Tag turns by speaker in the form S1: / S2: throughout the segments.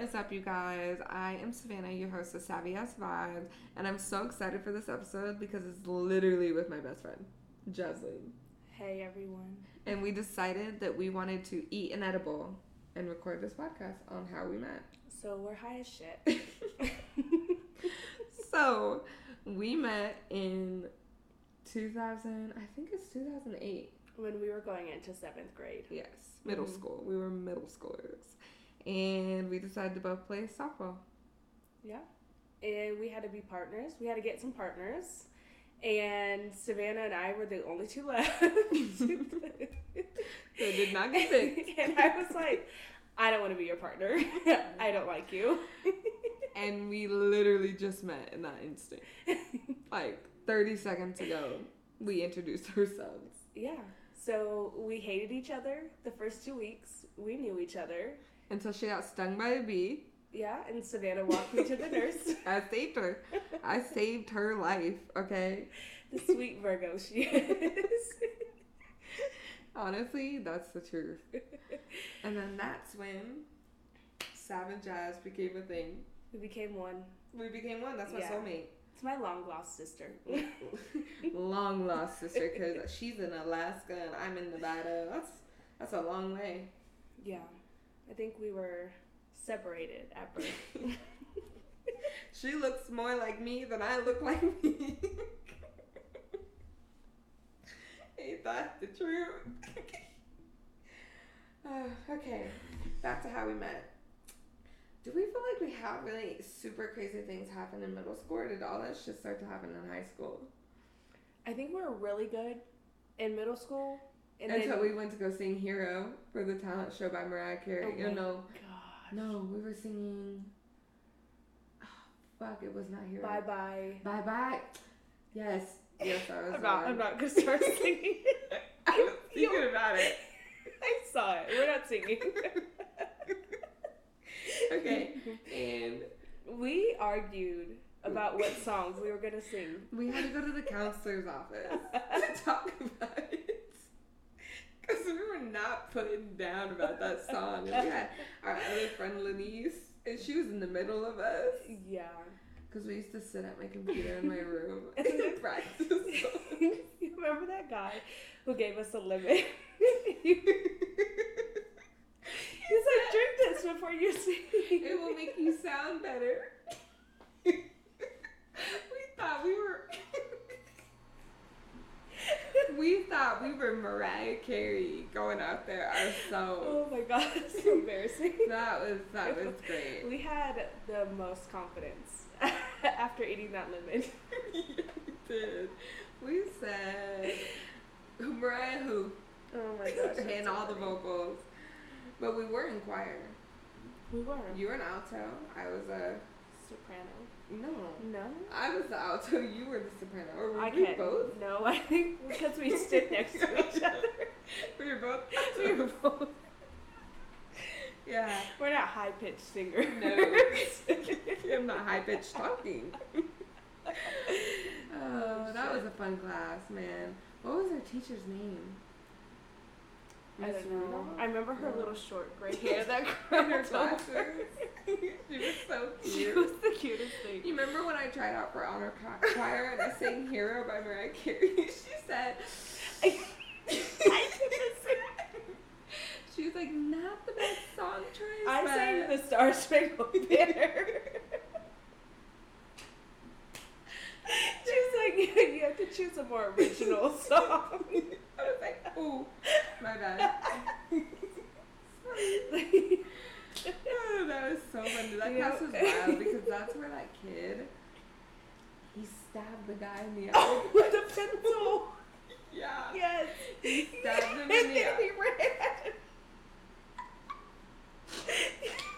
S1: is up, you guys? I am Savannah, your host of Savvy Ass Vibes, and I'm so excited for this episode because it's literally with my best friend, Jaslyn.
S2: Hey everyone.
S1: And we decided that we wanted to eat an edible and record this podcast on how we met.
S2: So we're high as shit.
S1: So we met in 2000, I think it's 2008.
S2: when we were going into seventh grade.
S1: Yes, middle
S2: Mhm.
S1: school. We were middle schoolers. And we decided to both play softball.
S2: Yeah. And eh, we had to be partners. We had to get some partners. And Savannah and I were the only two left.
S1: They did not get picked.
S2: and I was like, I don't want to be your partner. I don't like you.
S1: and we literally just met in that instant. like 30 seconds ago, we introduced ourselves.
S2: Yeah. So we hated each other the first two weeks. We knew each other.
S1: Until she got stung by a bee.
S2: Yeah. And Savannah walked me to the nurse.
S1: I saved her. I saved her life, okay?
S2: The sweet Virgo she is.
S1: Honestly, that's the truth. And then that's when Sav and Jazz became a thing.
S2: We became one.
S1: We became one. That's my
S2: Yeah.
S1: soulmate.
S2: It's my long lost sister.
S1: long lost sister because she's in Alaska and I'm in Nevada. That's that's a long way.
S2: yeah. I think we were separated at birth.
S1: She looks more like me than I look like me. Ain't that the truth? oh, okay, back to how we met. Do we feel like we have really super crazy things happen in middle school, or did all that shit start to happen in high school?
S2: I think we were really good in middle school. And
S1: Until
S2: then,
S1: we went to go sing "Hero" for the talent show by Mariah Carey.
S2: Oh
S1: you
S2: my
S1: know,
S2: God.
S1: no, we were singing. Oh, fuck, it was not "Hero."
S2: Bye bye.
S1: Bye bye. Yes. Yes, I was
S2: I'm not,
S1: wrong.
S2: I'm not gonna start singing.
S1: I was thinking about it.
S2: I saw it. We're not singing.
S1: Okay. And
S2: We argued about what songs we were gonna sing.
S1: we had to go to the counselor's office to talk about it. Because we were not putting down about that song. And we had our other friend Lenise, and she was in the middle of us.
S2: Yeah.
S1: Because we used to sit at my computer in my room and practice songs.
S2: you remember that guy who gave us a limit?
S1: He's
S2: He's
S1: like,
S2: like, drink this before you sing.
S1: It will make you sound better. we thought we were. we thought we were Mariah Carey going out there ourselves.
S2: Oh my god, it's so embarrassing.
S1: That was that was great.
S2: We had the most confidence after eating that lemon.
S1: yeah, we did. We said Mariah who
S2: Oh my gosh.
S1: and all the vocals, but we were in choir.
S2: We were.
S1: You were an alto. I was a
S2: soprano.
S1: no.
S2: No?
S1: I was the alto. You were the soprano. Or were
S2: I
S1: we
S2: can't.
S1: both?
S2: No, I think because we stood next to each other.
S1: We were both.
S2: We were both.
S1: Yeah.
S2: We're not high pitched singers.
S1: I'm not high pitched talking. Oh, that was a fun class, man. What was our teacher's name?
S2: I
S1: Miss
S2: don't know.
S1: Rudolph?
S2: I remember her
S1: No.
S2: little short gray hair that
S1: In her
S2: curled over.
S1: classes. she was so
S2: She
S1: cute.
S2: was the cutest thing.
S1: You remember when I tried out for honor co- choir and I sang "Hero" by Mariah Carey? She said,
S2: I-
S1: she was like, "Not the best song choice."
S2: I
S1: but-
S2: sang the Star Spangled Banner. she was like, you have to choose a more original song.
S1: I was like, "Oh, my bad." Oh, that was so funny. That
S2: Yeah.
S1: class was wild because that's where that kid he stabbed the guy in the eye.
S2: oh, With a pencil.
S1: yeah.
S2: Yes.
S1: He stabbed him in
S2: and
S1: the
S2: then
S1: eye.
S2: he ran.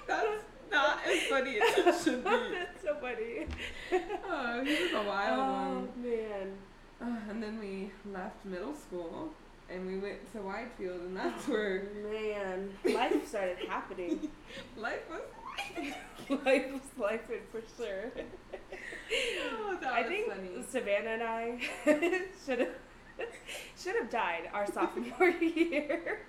S1: That's not as funny as it should be.
S2: That's so funny. Oh,
S1: Oh, he was a wild
S2: Um,
S1: one.
S2: man.
S1: Uh, and then we left middle school and we went to Whitefield, and that's where
S2: Man. Life started happening.
S1: life was.
S2: life was life for sure.
S1: Oh, that
S2: I
S1: was
S2: think
S1: funny.
S2: Savannah and I should have should have died our sophomore year.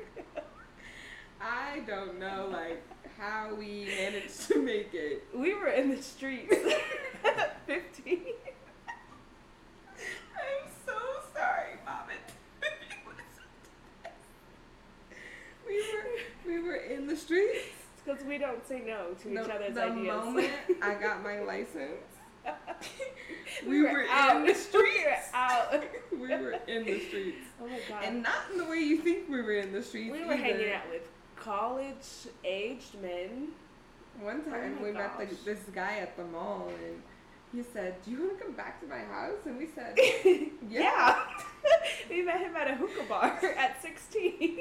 S1: I don't know like how we managed to make it.
S2: We were in the streets at 15.
S1: I'm so sorry, Mom. and Dad. we were we were in the streets.
S2: Because we don't say no to
S1: The-
S2: each other's
S1: the
S2: ideas.
S1: moment I got my license,
S2: we, were, out.
S1: in the streets.
S2: We were out.
S1: we were in the streets,
S2: Oh my god.
S1: and not in the way you think we were in the streets.
S2: we were
S1: either.
S2: hanging out with college aged men.
S1: One time
S2: Oh my
S1: we met the,
S2: gosh.
S1: this guy at the mall and he said, Do you want to come back to my house? And we said,
S2: yeah.
S1: Yeah.
S2: we met him at a hookah bar at 16.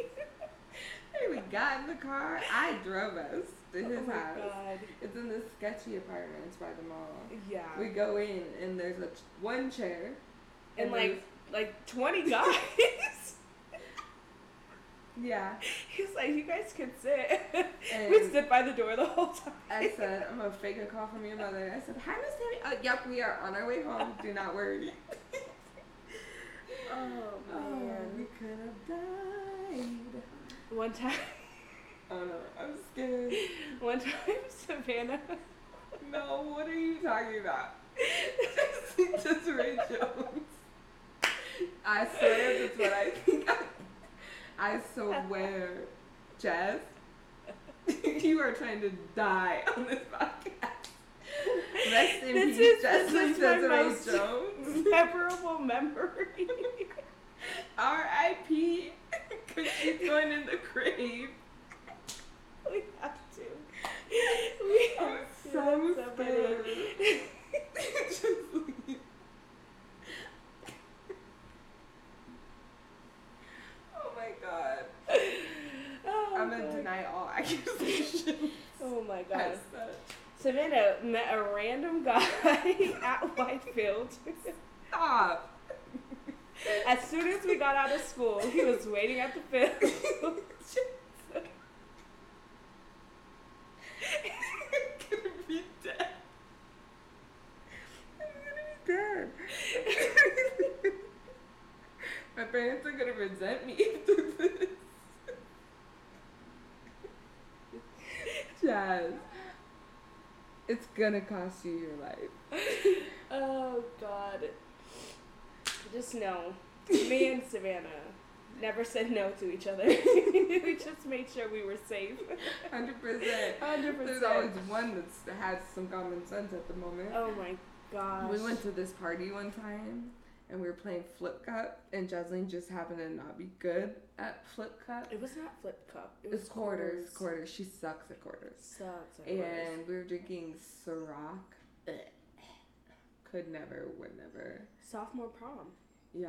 S1: And we got in the car. I drove us to his
S2: oh my
S1: house.
S2: god.
S1: It's in this sketchy apartment. It's by the mall.
S2: Yeah.
S1: We go in and there's a ch- one chair.
S2: and like like 20 guys.
S1: there's- Yeah.
S2: He's like, you guys can sit. we
S1: And-
S2: stood by the door the whole time.
S1: I said, I'm going to fake a call from your mother. I said, Hi, Miss Tammy. Uh, yep, we are on our way home. Do not worry.
S2: oh
S1: Oh, we could have died.
S2: One time,
S1: Oh no, I'm scared.
S2: one time, Savannah.
S1: No, what are you talking about? This is Ray Jones. I swear that's what I think. I, I swear, Jess, you are trying to die on this podcast. Rest in
S2: This
S1: peace,
S2: is-
S1: Jesse
S2: this is my
S1: Desiree
S2: most-
S1: Jones.
S2: Memorable memory.
S1: R.I.P. Because she's going in the grave.
S2: we have to. We
S1: I'm
S2: have to
S1: so
S2: let
S1: scared.
S2: somebody-
S1: Just leave. Oh my god.
S2: Oh,
S1: I'm gonna
S2: God.
S1: deny all accusations.
S2: Oh my
S1: As
S2: god.
S1: such.
S2: Savannah met a random guy at Whitefield.
S1: Stop.
S2: As soon as we got out of school, he was waiting at the field.
S1: I'm gonna be dead. I'm gonna be dead. My parents are gonna resent me after this. Jazz, it's gonna cost you your life.
S2: oh god. Just know, me and Savannah never said no to each other. we just made sure we were safe.
S1: Hundred percent.
S2: Hundred
S1: There's always
S2: percent.
S1: one that's that has some common sense at the moment.
S2: Oh my gosh.
S1: We went to this party one time and we were playing flip cup and Jocelyn just happened to not be good at flip cup.
S2: It was not flip cup. It was
S1: It's quarters, quarters. She sucks at quarters.
S2: Sucks. at quarters.
S1: And we were drinking Ciroc. Ugh. Could never, would never.
S2: sophomore prom.
S1: Yeah.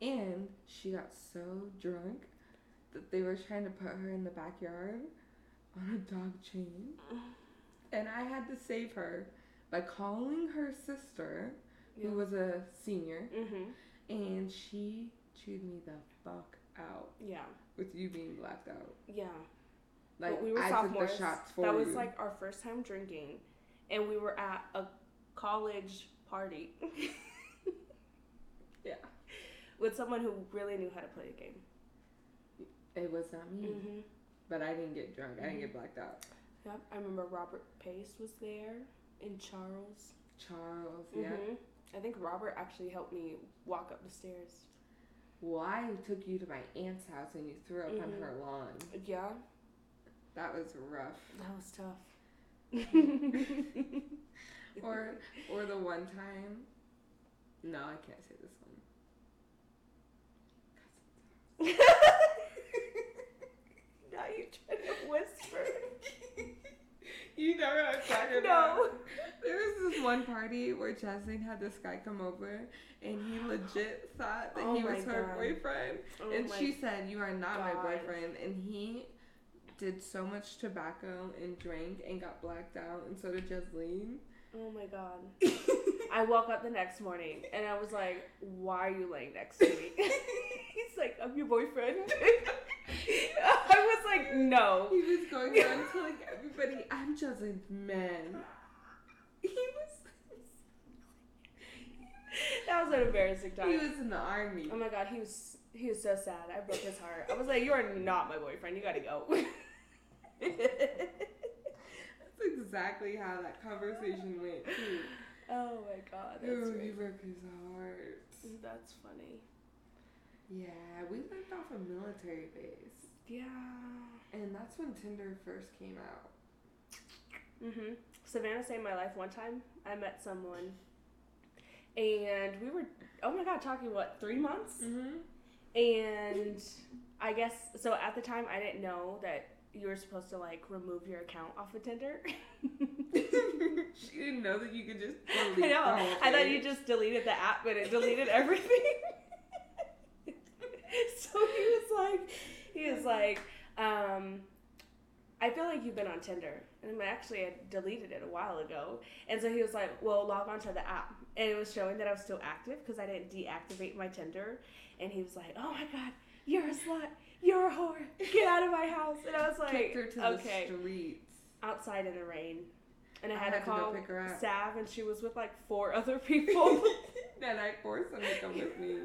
S1: And she got so drunk that they were trying to put her in the backyard on a dog chain. And I had to save her by calling her sister, who was a senior,
S2: Mm-hmm.
S1: and she chewed me the fuck out
S2: Yeah.
S1: with you being blacked out.
S2: Yeah.
S1: Like
S2: but we were
S1: I
S2: sophomores.
S1: took the shots for
S2: that was
S1: you.
S2: like our first time drinking, and we were at a college party
S1: yeah.
S2: with someone who really knew how to play the game.
S1: It was not me,
S2: Mm-hmm.
S1: but I didn't get drunk. I didn't get blacked out.
S2: Yep. I remember Robert Pace was there and Charles.
S1: Charles, yeah.
S2: Mhm. I think Robert actually helped me walk up the stairs.
S1: Well, I took you to my aunt's house and you threw up on
S2: Mhm.
S1: her lawn.
S2: Yeah.
S1: That was rough.
S2: That was tough.
S1: or or the one time no i can't say this one
S2: now you try to whisper.
S1: you know what i'm talking
S2: No.
S1: about there was this one party where jasmine had this guy come over and he legit thought that
S2: Oh
S1: he
S2: my
S1: was her
S2: God.
S1: boyfriend
S2: Oh
S1: and
S2: my-
S1: she said you are not my
S2: God.
S1: boyfriend and he did so much tobacco and drank and got blacked out and so did Jasleen.
S2: oh my god. I woke up the next morning and I was like, "Why are you laying next to me?" He's like, "I'm your boyfriend." I was like, "No."
S1: He was going around telling everybody, I'm Jasmine's man. He was
S2: That was an embarrassing
S1: he
S2: time.
S1: was in the army.
S2: Oh my god, he was he was so sad. I broke his heart. I was like, "You are not my boyfriend. You gotta go."
S1: That's exactly how that conversation went too.
S2: oh my god, that's
S1: Ooh,
S2: great.
S1: you broke his heart.
S2: That's funny.
S1: Yeah, we lived off a military base.
S2: Yeah.
S1: And that's when Tinder first came out.
S2: Mhm. Savannah saved my life one time. I met someone, and we were oh my god talking what three months,
S1: Mm-hmm.
S2: and I guess so. At the time, I didn't know that you were supposed to like remove your account off of Tinder.
S1: she didn't know that you could just
S2: I
S1: delete the
S2: know.
S1: whole
S2: I thought
S1: thing.
S2: you just deleted the app, but it deleted everything. so he was like, he was like, um, I feel like you've been on Tinder, and I'm like, actually I deleted it a while ago. And so he was like, well, log onto the app, and it was showing that I was still active because I didn't deactivate my Tinder. And he was like, oh my god, you're a slut, you're a whore, get out of my house. And I was like,
S1: kicked her to
S2: okay
S1: the streets.
S2: outside in the rain. And I
S1: I
S2: had,
S1: had to
S2: to
S1: go
S2: call
S1: pick her up.
S2: Sav, and she was with like four other people.
S1: Then I forced them to come with me.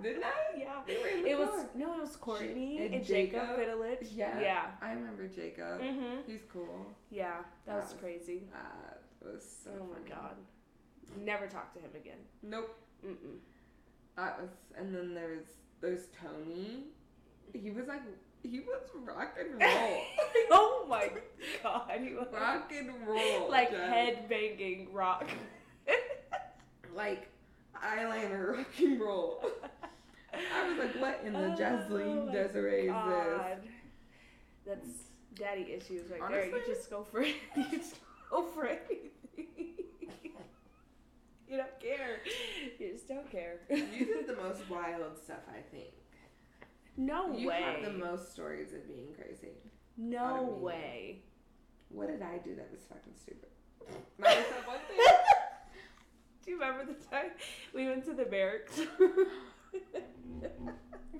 S1: Didn't I?
S2: yeah.
S1: They were in the
S2: It was
S1: car.
S2: no, it was Courtney
S1: and
S2: and, Jacob
S1: Jacob.
S2: Fidelich.
S1: Yeah. Oh.
S2: Yeah.
S1: I remember Jacob.
S2: Mhm.
S1: He's cool.
S2: Yeah. That
S1: That
S2: was
S1: was
S2: crazy.
S1: That was so
S2: oh
S1: funny.
S2: my god. Never talk to him again.
S1: Nope.
S2: Mm-mm.
S1: That was and then there was there's Tony. He was like he was rock and roll.
S2: oh my god. He was
S1: rock and roll.
S2: like
S1: Jen.
S2: head banging rock.
S1: like eyeliner rock and roll. I was like, what in the
S2: Oh
S1: Jasmine
S2: my
S1: Desiree is this?
S2: God. That's daddy issues right there. You
S1: Honestly-
S2: just go for it. You just go for anything. you don't care. You just don't care.
S1: You did the most wild stuff, I think.
S2: no
S1: you
S2: way.
S1: have the most stories of being crazy. out
S2: no
S1: of me.
S2: way.
S1: What did I do that was fucking stupid? Not just that one thing.
S2: Do you remember the time we went to the barracks?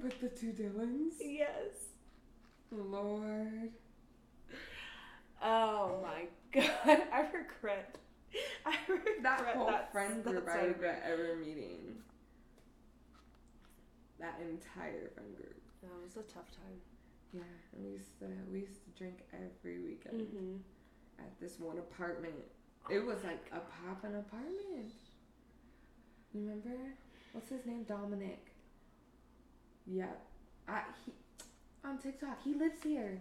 S1: With the two Dylans.
S2: yes.
S1: Lord.
S2: Oh my god. I regret. I regret
S1: That whole
S2: that-
S1: friend group
S2: that
S1: I
S2: so
S1: regret ever meeting. That entire friend group.
S2: That was a tough time.
S1: Yeah. And we used to we used to drink every weekend
S2: Mm-hmm.
S1: at this one apartment. It was like a poppin' apartment. You remember? What's his name? Dominic. Yeah. I he on TikTok. He lives here.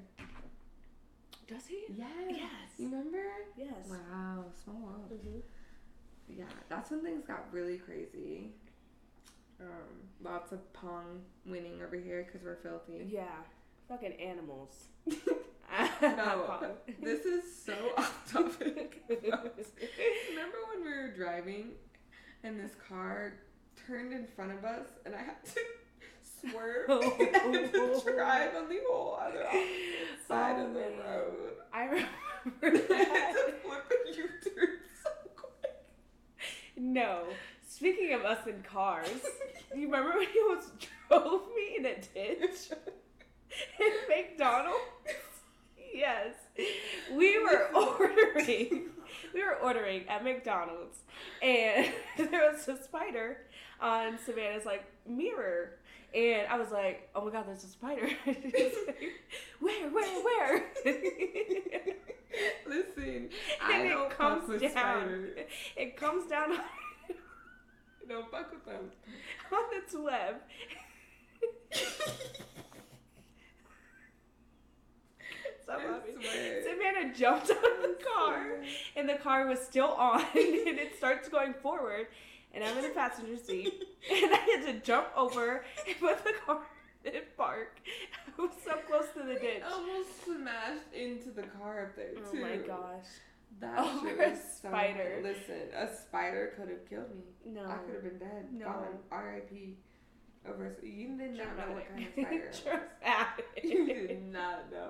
S2: Does he?
S1: Yeah. You
S2: Yes.
S1: remember?
S2: Yes.
S1: Wow, small world.
S2: Mm-hmm.
S1: Yeah, that's when things got really crazy. Um, lots of pong winning over here because we're filthy.
S2: Yeah. Fucking animals.
S1: No, this is so off topic. Remember when we were driving and this car turned in front of us and I had to swerve
S2: Oh.
S1: and I had to drive on the whole other side of the
S2: man.
S1: road?
S2: I
S1: I
S2: remember
S1: had
S2: that.
S1: to flip a U-turn so quick.
S2: No. Speaking of us in cars, you remember when you almost drove me in a ditch at McDonald's? Yes. We were ordering. We were ordering at McDonald's, and there was a spider on Savannah's like mirror, and I was like, "Oh my god, there's a spider!" where, where, where?
S1: Listen,
S2: And
S1: I
S2: it
S1: don't fuck
S2: comes
S1: with
S2: down.
S1: spiders.
S2: it comes down on,
S1: Don't fuck with them.
S2: on its web. Stop
S1: I
S2: laughing.
S1: swear.
S2: Savannah jumped out of the car.
S1: Sorry.
S2: and the car was still on and it starts going forward and i'm in the passenger seat and i had to jump over and put the car in park i was so close to the ditch
S1: It almost smashed into the car up there
S2: oh
S1: Oh, too.
S2: my gosh
S1: That
S2: Over
S1: shit
S2: a
S1: was so-
S2: spider.
S1: Listen, a spider could have killed me.
S2: no
S1: I could have been dead.
S2: No.
S1: Gone. R.I.P. Over. a s- You did not know what kind of spider.
S2: Dramatic.
S1: it was. You
S2: Dramatic.
S1: did not know.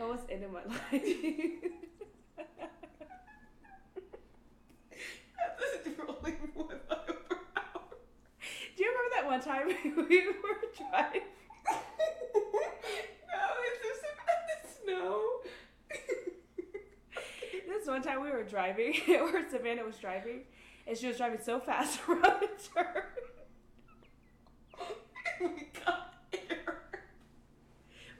S2: I was into my life
S1: This is rolling one eye over hour.
S2: do you remember that one time we were driving
S1: no, it's just about the snow.
S2: This one time we were driving, or Savannah was driving, and she was driving so fast around the turn.
S1: we got air.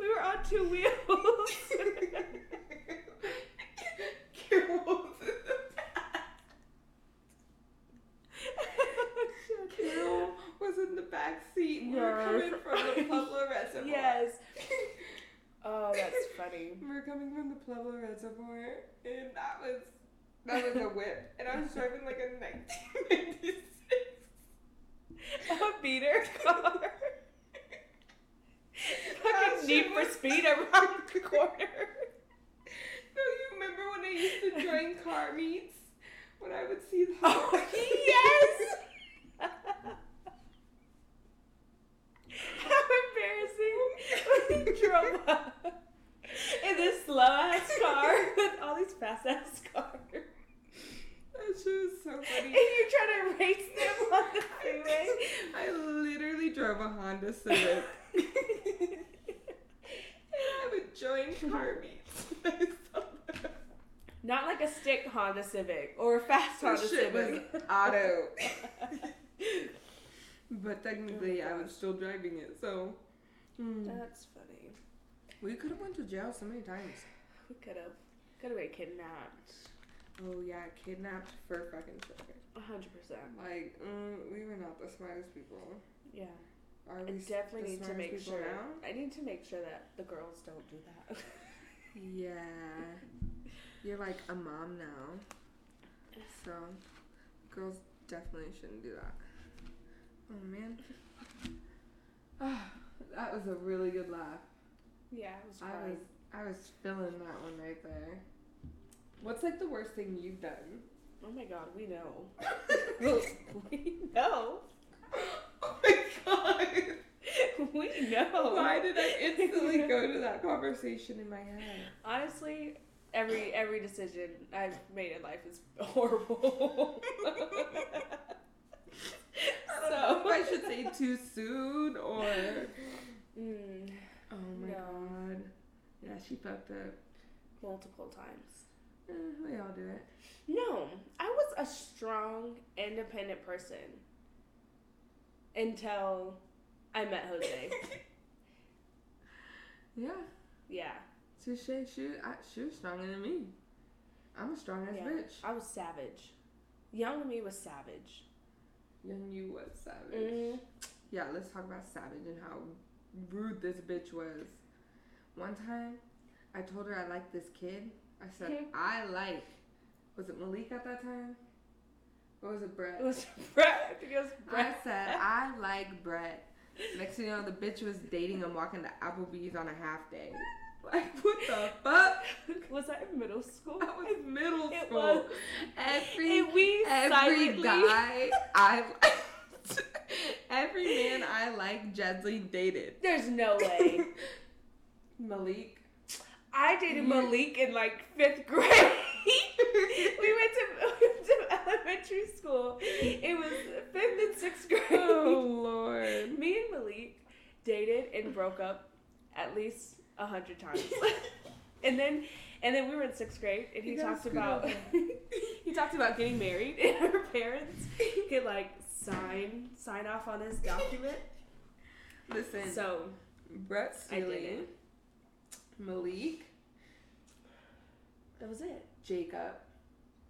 S2: We were on two wheels.
S1: Carol's in the back. Carol was in the back seat. We were coming from the Pueblo Reservoir.
S2: yes. Oh, that's funny.
S1: We were coming from the Pueblo Reservoir, and that was that was a whip, and I was driving like a 1996.
S2: A beater car.
S1: That
S2: Fucking Need
S1: shit
S2: for
S1: was-
S2: Speed around the corner.
S1: No, you remember when I used to join car meets? When I would see the
S2: Oh, yes! How embarrassing. We drove up in this slow ass car with all these fast ass cars.
S1: That shit was so
S2: And
S1: funny.
S2: you're trying to race them on the freeway.
S1: I literally drove a Honda Civic. I would join car meets. when I saw that.
S2: Not like a stick Honda Civic or a fast
S1: That
S2: Honda
S1: shit
S2: Civic.
S1: was auto. But technically, I
S2: gosh.
S1: was still driving it, so Hmm.
S2: That's funny.
S1: we could have went to jail so many times.
S2: We could have could have been kidnapped.
S1: Oh yeah, kidnapped for fucking sugar.
S2: A hundred percent.
S1: Like mm, we were not the smartest people.
S2: Yeah.
S1: Are
S2: I
S1: we s- the
S2: definitely need to
S1: smartest
S2: make
S1: people
S2: sure
S1: now?
S2: I need to make sure that the girls don't do that.
S1: Yeah, you're like a mom now, so girls definitely shouldn't do that. Oh man, Ah, that was a really good laugh.
S2: yeah, I was
S1: I
S2: crying.
S1: was I was feeling that one right there. What's like the worst thing you've done?
S2: Oh my god, we know. we know.
S1: Oh my god!
S2: We know.
S1: Why did I instantly go to that conversation in my head?
S2: Honestly, every every decision I've made in life is horrible.
S1: I don't know
S2: so
S1: if I should say too soon or.
S2: mm,
S1: Oh my
S2: No.
S1: god! Yeah, she fucked up.
S2: multiple times.
S1: Eh, we all do it.
S2: No, I was a strong, independent person until I met Jose.
S1: Yeah,
S2: yeah,
S1: touche. She I, she was stronger than me. I'm a strong ass
S2: Yeah.
S1: bitch.
S2: I was savage. Young me was savage.
S1: And you was savage.
S2: Mm,
S1: Yeah, let's talk about Savage and how rude this bitch was. One time, I told her I liked this kid. I said,
S2: Mhm.
S1: I like. Was it Malik at that time? Or was it Brett?
S2: it was Brett. I think it was
S1: I
S2: Brett.
S1: said, I like Brett. Next thing you know, the bitch was dating him walking to Applebee's on a half day. Like, what the fuck?
S2: was I in middle school?
S1: That was middle
S2: It
S1: school.
S2: was.
S1: Every
S2: And we
S1: every
S2: silently.
S1: guy I liked, every man I liked, Jesley dated.
S2: There's no way.
S1: Malik.
S2: I dated
S1: You-
S2: Malik in like fifth grade. we went to we went to elementary school. It was fifth and sixth grade.
S1: Oh.
S2: Oh,
S1: lord.
S2: Me and Malik dated and broke up at least a hundred times. and then and then we were in sixth grade and he
S1: You gotta
S2: talked
S1: scoot
S2: about he talked about getting married and her parents could like sign sign off on this document.
S1: Listen,
S2: So
S1: Brett
S2: I did
S1: Steely,
S2: it.
S1: Malik,
S2: That was it.
S1: Jacob.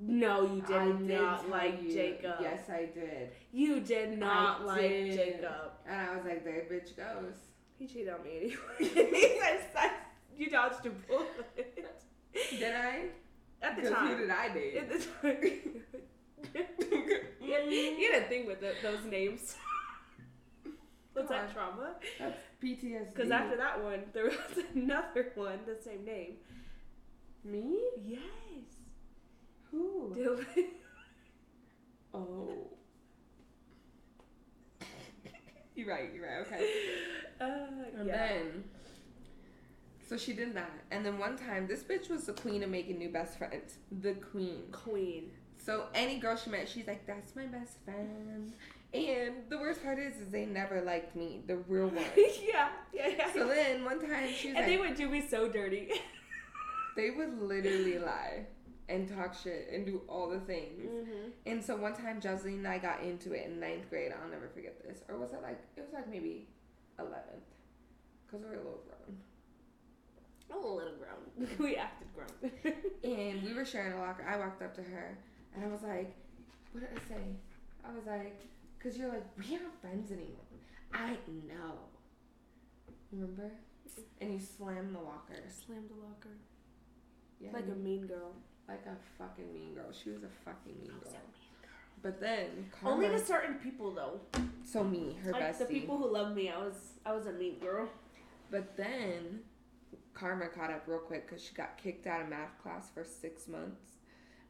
S2: No, you did
S1: I
S2: not
S1: tell
S2: like
S1: you.
S2: Jacob.
S1: Yes, I did.
S2: You did not
S1: I
S2: like
S1: did.
S2: Jacob.
S1: And I was like, there bitch goes.
S2: He cheated on me anyway. He says that you dodged a bullet.
S1: Did I?
S2: At the
S1: 'Cause
S2: time.
S1: Who did I date?
S2: At the time. you, had, you had a thing with the, those names. Was that
S1: God.
S2: trauma?
S1: That's PTSD.
S2: Because after that one, there was another one, the same name.
S1: me,
S2: Yes.
S1: who?
S2: Dylan.
S1: Oh. You're right, you're right, okay.
S2: Uh,
S1: And
S2: yeah.
S1: then, so she did that. And then one time, this bitch was the queen of making new best friends. The queen.
S2: Queen.
S1: So any girl she met, she's like, that's my best friend. And the worst part is, is they never liked me, the real one.
S2: yeah, yeah, yeah.
S1: so then one time she was
S2: and they
S1: like,
S2: would do me so dirty.
S1: they would literally lie and talk shit and do all the things.
S2: mm-hmm.
S1: And so one time, Joseline and I got into it in ninth grade. I'll never forget this. Or was it like, it was like maybe 11th. Because we were a little grown.
S2: a little grown. we acted grown.
S1: and we were sharing a locker. I walked up to her and I was like, what did I say? I was like, because you're like, we aren't friends anymore. I know. Remember? And you slammed the locker.
S2: Slammed the locker
S1: Yeah,
S2: like a mean girl.
S1: like a fucking mean girl. She was a fucking mean girl. But then karma,
S2: Only to certain people though.
S1: so me, her
S2: like
S1: bestie.
S2: the people who love me, I was I was a mean girl.
S1: But then Karma caught up real quick because she got kicked out of math class for six months.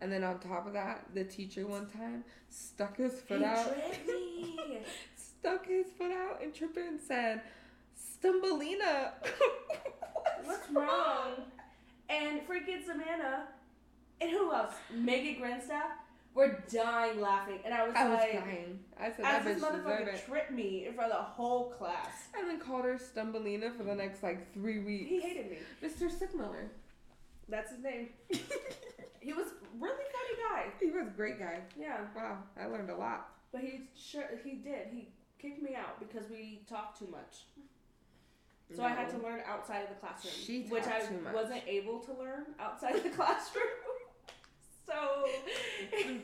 S1: And then on top of that, the teacher one time stuck his foot
S2: He
S1: out,
S2: tricked me.
S1: stuck his foot out, and tripped and said, "Stumbleina,
S2: What's wrong? And freaking Savannah and who else? Megan Grenstaff were dying laughing, and I was
S1: I was
S2: like,
S1: crying. I said that
S2: as this
S1: bitch deserved
S2: motherfucker
S1: it.
S2: tripped me in front of the whole class.
S1: And then called her Stumbleina for the next like three weeks.
S2: He hated me.
S1: Mr. Sickmiller.
S2: That's his name. He was really funny guy.
S1: he was a great guy.
S2: Yeah,
S1: Wow, I learned a lot.
S2: but he sure he did. He kicked me out because we talked too much. So I had to learn outside of the classroom,
S1: She
S2: which I
S1: talked too much.
S2: wasn't able to learn outside of the classroom. so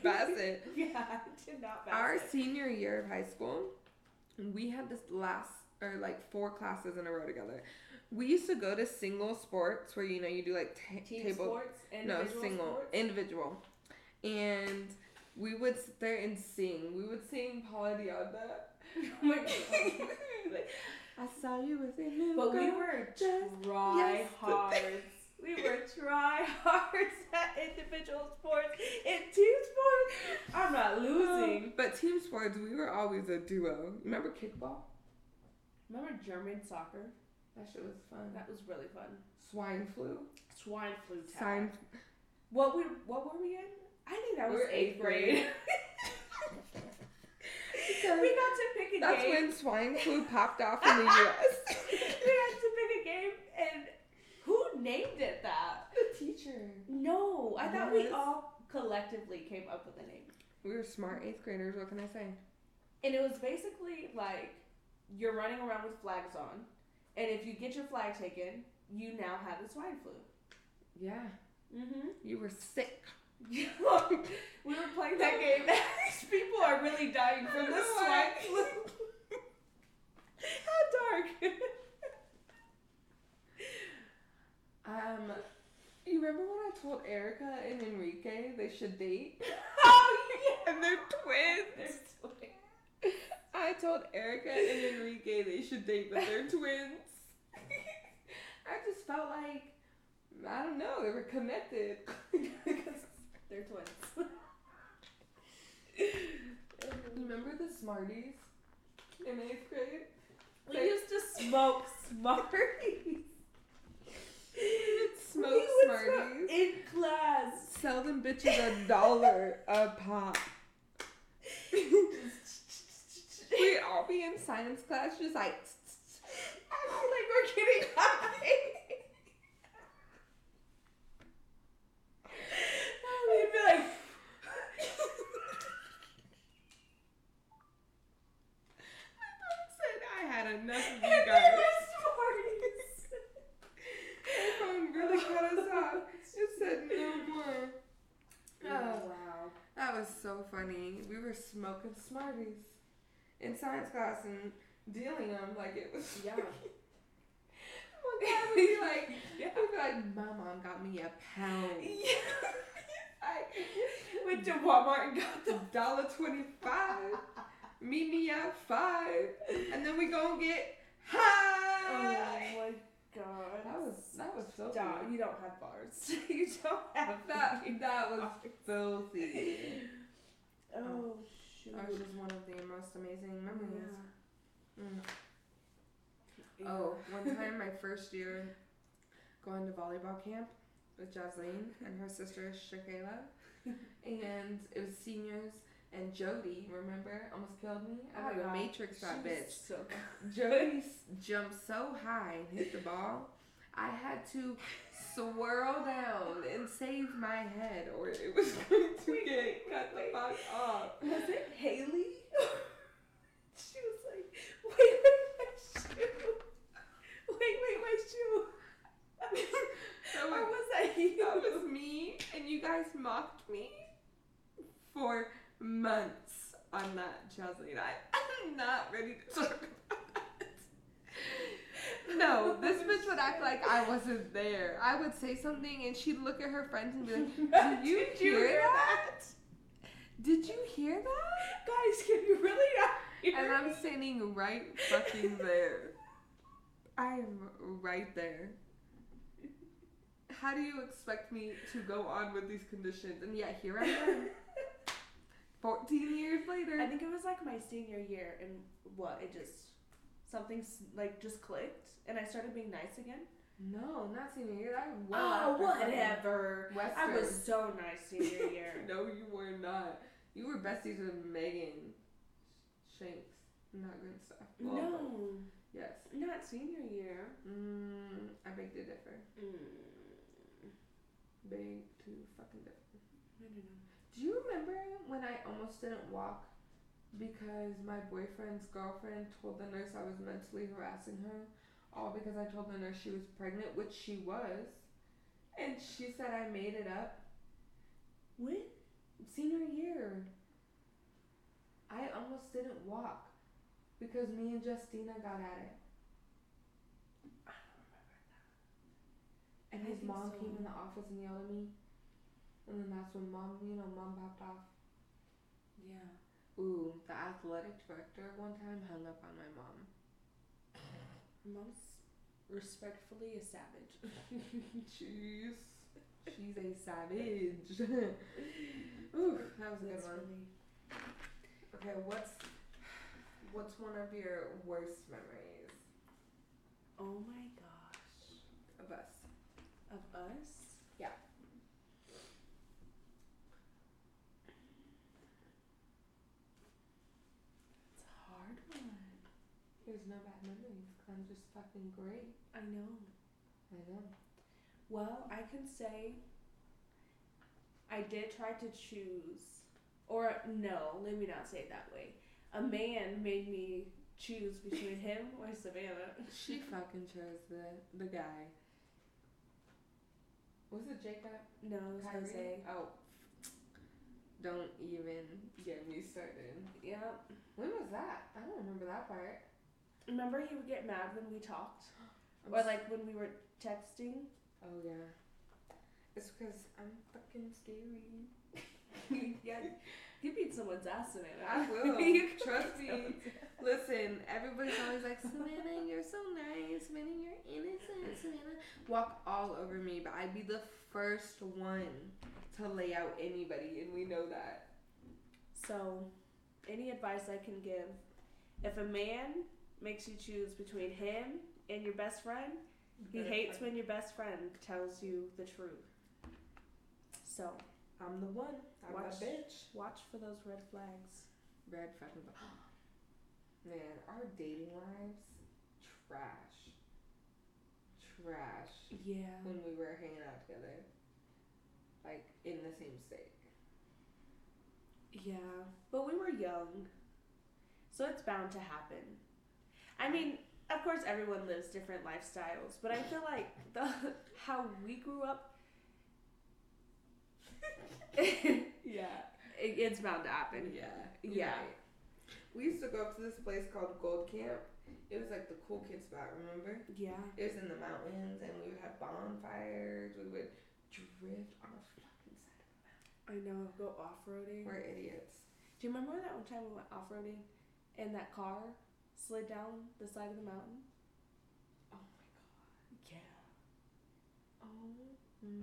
S1: Bassett.
S2: yeah, I did not.
S1: Our
S2: Bassett.
S1: senior year of high school, we had this last or like four classes in a row together. We used to go to single sports where you know you do like ta-
S2: team
S1: table
S2: sports,
S1: no
S2: individual
S1: single
S2: sports.
S1: individual, and we would sit there and sing. We would sing Paula
S2: Oh my
S1: Deonda.
S2: God.
S1: I saw you with a new
S2: But we
S1: girl.
S2: were
S1: just-
S2: try
S1: yes.
S2: hards. We were try hards at individual sports and team sports. I'm
S1: Oh.
S2: not losing.
S1: But team sports, we were always a duo. Remember kickball?
S2: Remember German soccer?
S1: That shit was fun.
S2: That was really fun.
S1: Swine flu.
S2: Swine flu tower.
S1: Swine.
S2: What we what were we in? I think that was
S1: We're
S2: eighth
S1: eighth
S2: grade.
S1: grade.
S2: we got
S1: Because
S2: to pick a
S1: That's
S2: game.
S1: when swine flu popped off in the U.S.
S2: we got to pick a game, and who named it that?
S1: the teacher.
S2: No, I thought we
S1: Yes.
S2: all collectively came up with a name.
S1: We were smart eighth graders. What can I say?
S2: And it was basically like you're running around with flags on, and if you get your flag taken, you now have the swine flu.
S1: Yeah,
S2: Mm-hmm.
S1: you were sick.
S2: we were playing that game. These people are really dying from
S1: I
S2: the
S1: know
S2: swine
S1: why.
S2: flu. How dark.
S1: Um, you remember when I told Erica and Enrique they should date?
S2: oh
S1: And they're
S2: yeah.
S1: twins. I told Erica and Enrique they should date, but they're twins. I just felt like I don't know they were connected.
S2: They're twins.
S1: Remember the Smarties in eighth grade?
S2: We used to smoke Smarties.
S1: Smoke
S2: We would
S1: Smarties.
S2: in class.
S1: Sell them bitches a dollar a pop. we all be in science class just like
S2: Acting like we're getting high. We'd be like,
S1: said I had enough of
S2: and
S1: you
S2: they
S1: guys.
S2: were Smarties.
S1: My phone really cut us off. It said no more.
S2: Oh
S1: Oh,
S2: wow.
S1: that was so funny. We were smoking Smarties in science class and dealing them like it was.
S2: Yeah.
S1: One guy would be like,
S2: Yeah.
S1: would be like, my mom got me a pound.
S2: I went to Walmart and got the
S1: dollar twenty five. Meet me at five, and then we gonna get high.
S2: Oh, my god.
S1: that was that was so
S2: Stop.
S1: weird.
S2: You don't have bars. you don't have
S1: That that was
S2: bars.
S1: filthy.
S2: Oh shoot.
S1: Ours was one of the most amazing memories.
S2: Yeah.
S1: Mm. Oh, one time my first year going to volleyball camp with Jasleen and her sister Shakayla, and it was seniors. And Jody, remember, almost killed me. I
S2: Oh
S1: had a
S2: my God.
S1: matrix that
S2: She was
S1: bitch.
S2: So
S1: Jody s- jumped so high and hit the ball, I had to swirl down and save my head, or it was going to
S2: Wait,
S1: get
S2: wait,
S1: cut
S2: wait,
S1: the fuck off.
S2: was it Haley? she was like,
S1: Oh
S2: wait, wait, my shoe. Wait, wait, my shoe.
S1: 2008. I am not ready to talk about that. No, this bitch would act like I wasn't there. I would say something and she'd look at her friends and be like, "Did you,
S2: Did
S1: hear, that? Did you hear that?"
S2: Guys, can you really not hear
S1: And I'm
S2: me?
S1: standing right fucking there. I am right there. How do you expect me to go on with these conditions? And yet here I am, 14 years later.
S2: I think it was like my senior year, and what it just something s- like just clicked, and I started being nice again.
S1: No, not senior year. That was well
S2: Oh,
S1: after fucking
S2: whatever. I
S1: Western.
S2: was so nice senior year.
S1: no, you were not. You were besties with Megan Shanks. Not good stuff. Well,
S2: no,
S1: Yes.
S2: not senior year.
S1: Mm, I beg to differ.
S2: Mm,
S1: Beg to fucking differ.
S2: I don't know.
S1: Do you remember when I almost didn't walk because my boyfriend's girlfriend told the nurse I was mentally harassing her? All because I told the nurse she was pregnant, which she was. And she said I made it up.
S2: What?
S1: senior year, I almost didn't walk because me and Justina got at it. I don't remember that. And
S2: I
S1: his
S2: think
S1: mom
S2: so.
S1: came in the office and yelled at me. And then that's when mom, you know, mom popped off.
S2: Yeah.
S1: Ooh, the athletic director one time hung up on my mom.
S2: Mom's respectfully a savage.
S1: Jeez. She's a savage. Ooh, that was a good
S2: That's
S1: one.
S2: funny.
S1: Okay, what's what's one of your worst memories
S2: Oh my gosh.
S1: of us?
S2: Of us?
S1: Yeah.
S2: It's a hard one.
S1: There's no bad memories. I'm just fucking great.
S2: I know.
S1: I know.
S2: Well, I can say I did try to choose, or no, let me not say it that way. A man made me choose between him or Savannah.
S1: She fucking chose the the guy. Was it Jacob?
S2: No, it was
S1: Kyrie?
S2: Jose.
S1: Oh, don't even get me started.
S2: Yep.
S1: When was that? I don't remember that part.
S2: Remember, he would get mad when we talked,
S1: I'm
S2: or
S1: s-
S2: like when we were texting.
S1: oh yeah. It's because I'm fucking scary.
S2: yeah, you beat someone's ass in it.
S1: I will.
S2: You
S1: Trust
S2: beat
S1: me.
S2: someone's ass.
S1: Listen, everybody's always like, Savannah, you're so nice. Savannah, you're innocent. Savannah, walk all over me, but I'd be the first one to lay out anybody, and we know that.
S2: So, any advice I can give? If a man makes you choose between him and your best friend, he hates when your best friend tells you the truth. So,
S1: I'm the one. I'm
S2: Watch.
S1: the bitch.
S2: watch for those red flags.
S1: Red fucking. bu- Man, our dating lives, trash, trash.
S2: Yeah.
S1: When we were hanging out together, like in the same state.
S2: Yeah. But we were young. So it's bound to happen. I mean, of course everyone lives different lifestyles, but I feel like the how we grew up it,
S1: Yeah.
S2: it's bound to happen.
S1: Yeah.
S2: Yeah.
S1: right. We used to go up to this place called Gold Camp. It was like the cool kid spot, remember?
S2: Yeah.
S1: It was in the mountains and we would have bonfires. We would drift on the fucking side.
S2: I know, go off roading.
S1: We're idiots.
S2: Do you remember that one time we went off roading and that car slid down the side of the mountain?
S1: Oh my
S2: Yeah.
S1: god. Oh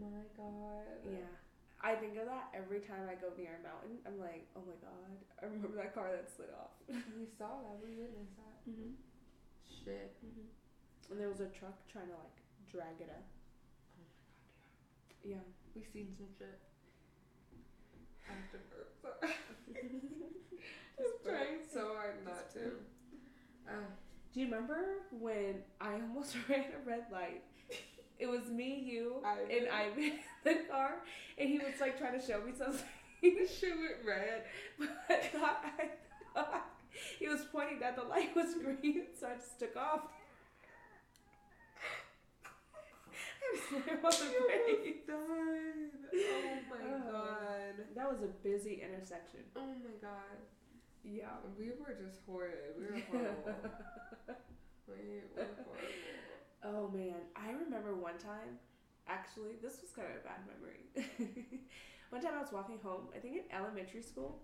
S1: my god.
S2: Yeah. I think of that every time I go near a mountain. I'm like, oh my god, I remember that car that slid off.
S1: We saw that. We witnessed that.
S2: mm-hmm.
S1: Shit.
S2: Mm-hmm. And there was a truck trying to like drag it up.
S1: Oh my god. Yeah.
S2: Yeah.
S1: We seen some shit. After sorry. I'm trying so hard not to. Uh,
S2: Do you remember when I almost ran a red light? It was me, you,
S1: Ivan.
S2: and Ivan in the car, and he was like trying to show me something.
S1: this shit went red.
S2: But I thought, I thought he was pointing that the light was green, so I just took off. I'm sitting on the grave.
S1: done. Oh my
S2: Oh.
S1: god.
S2: That was a busy intersection.
S1: Oh my god.
S2: Yeah.
S1: We were just horrid. We were horrible. we were horrible.
S2: oh man, I remember one time. Actually, this was kind of a bad memory. one time I was walking home, I think in elementary school,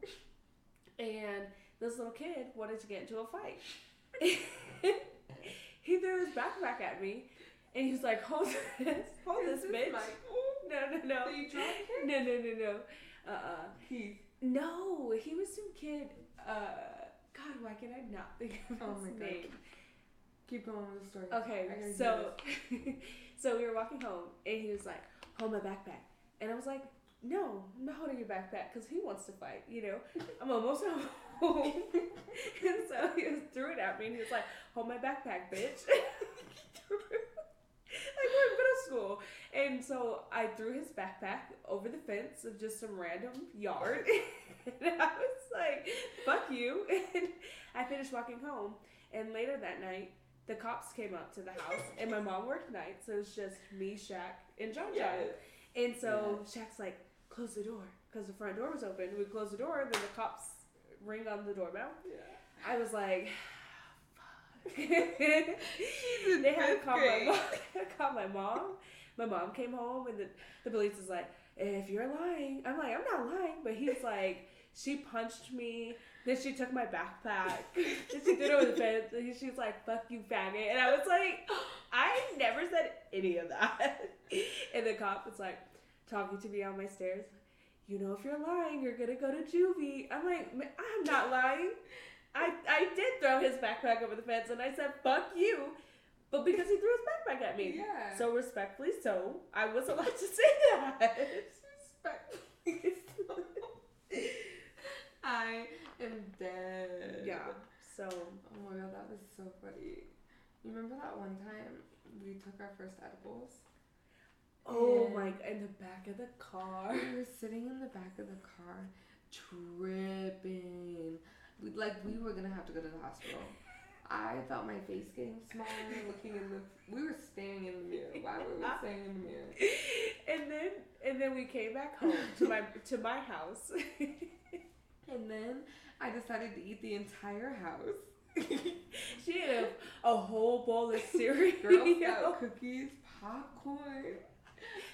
S2: and this little kid wanted to get into a fight. he threw his backpack at me, and he was like, "Hold this, hold
S1: Is
S2: this, bitch."
S1: Michael?
S2: No, no, no.
S1: That you dropped him?
S2: No, no, no, no. Uh, uh
S1: Keith.
S2: No, he was some kid. Uh, God, why can I not think of
S1: Oh
S2: his
S1: my God.
S2: name?
S1: Keep going with the story.
S2: Okay,
S1: I gotta do
S2: so so we were walking home, and he was like, "Hold my backpack," and I was like, "No, I'm not holding your backpack because he wants to fight. You know, I'm almost home." and so he just threw it at me, and he was like, "Hold my backpack, bitch." Like we're in middle school, and so I threw his backpack over the fence of just some random yard, and I was like, "Fuck you!" And I finished walking home, and later that night, the cops came up to the house, and my mom worked night, so it's just me, Shaq, and John John.
S1: Yes.
S2: And so Shaq's like, "Close the door," because the front door was open. We close the door, then the cops ring on the doorbell.
S1: Yeah.
S2: I was like, "Fuck."
S1: in
S2: they had
S1: fifth
S2: to call my
S1: grade.
S2: mom. they had to call my mom. My mom came home, and the, the police was like, "If you're lying," I'm like, "I'm not lying," but he's like, "She punched me." Then she took my backpack. then she threw it over the fence. And she's like, "Fuck you, faggot," and I was like, "I never said any of that." and the cop was like, talking to me on my stairs. You know, if you're lying, you're gonna go to juvie. I'm like, "Ma- I'm not lying. I, I did throw his backpack over the fence and I said, fuck you. But because he threw his backpack at me.
S1: Yeah.
S2: So respectfully so, I was allowed to say that.
S1: Respectfully so. I am dead.
S2: Yeah. So
S1: Oh my god, that was so funny. You remember that one time we took our first edibles?
S2: Oh
S1: Yeah.
S2: my in the back of the car.
S1: We were sitting in the back of the car, tripping. We, like we were gonna have to go to the hospital. I felt my face getting smaller. Looking in the, we were staring in the mirror. Why were we staring in the mirror?
S2: and then and then we came back home to my to my house.
S1: And then I decided to eat the entire house.
S2: she had a, a whole bowl of cereal.
S1: Girl Scout cookies, popcorn.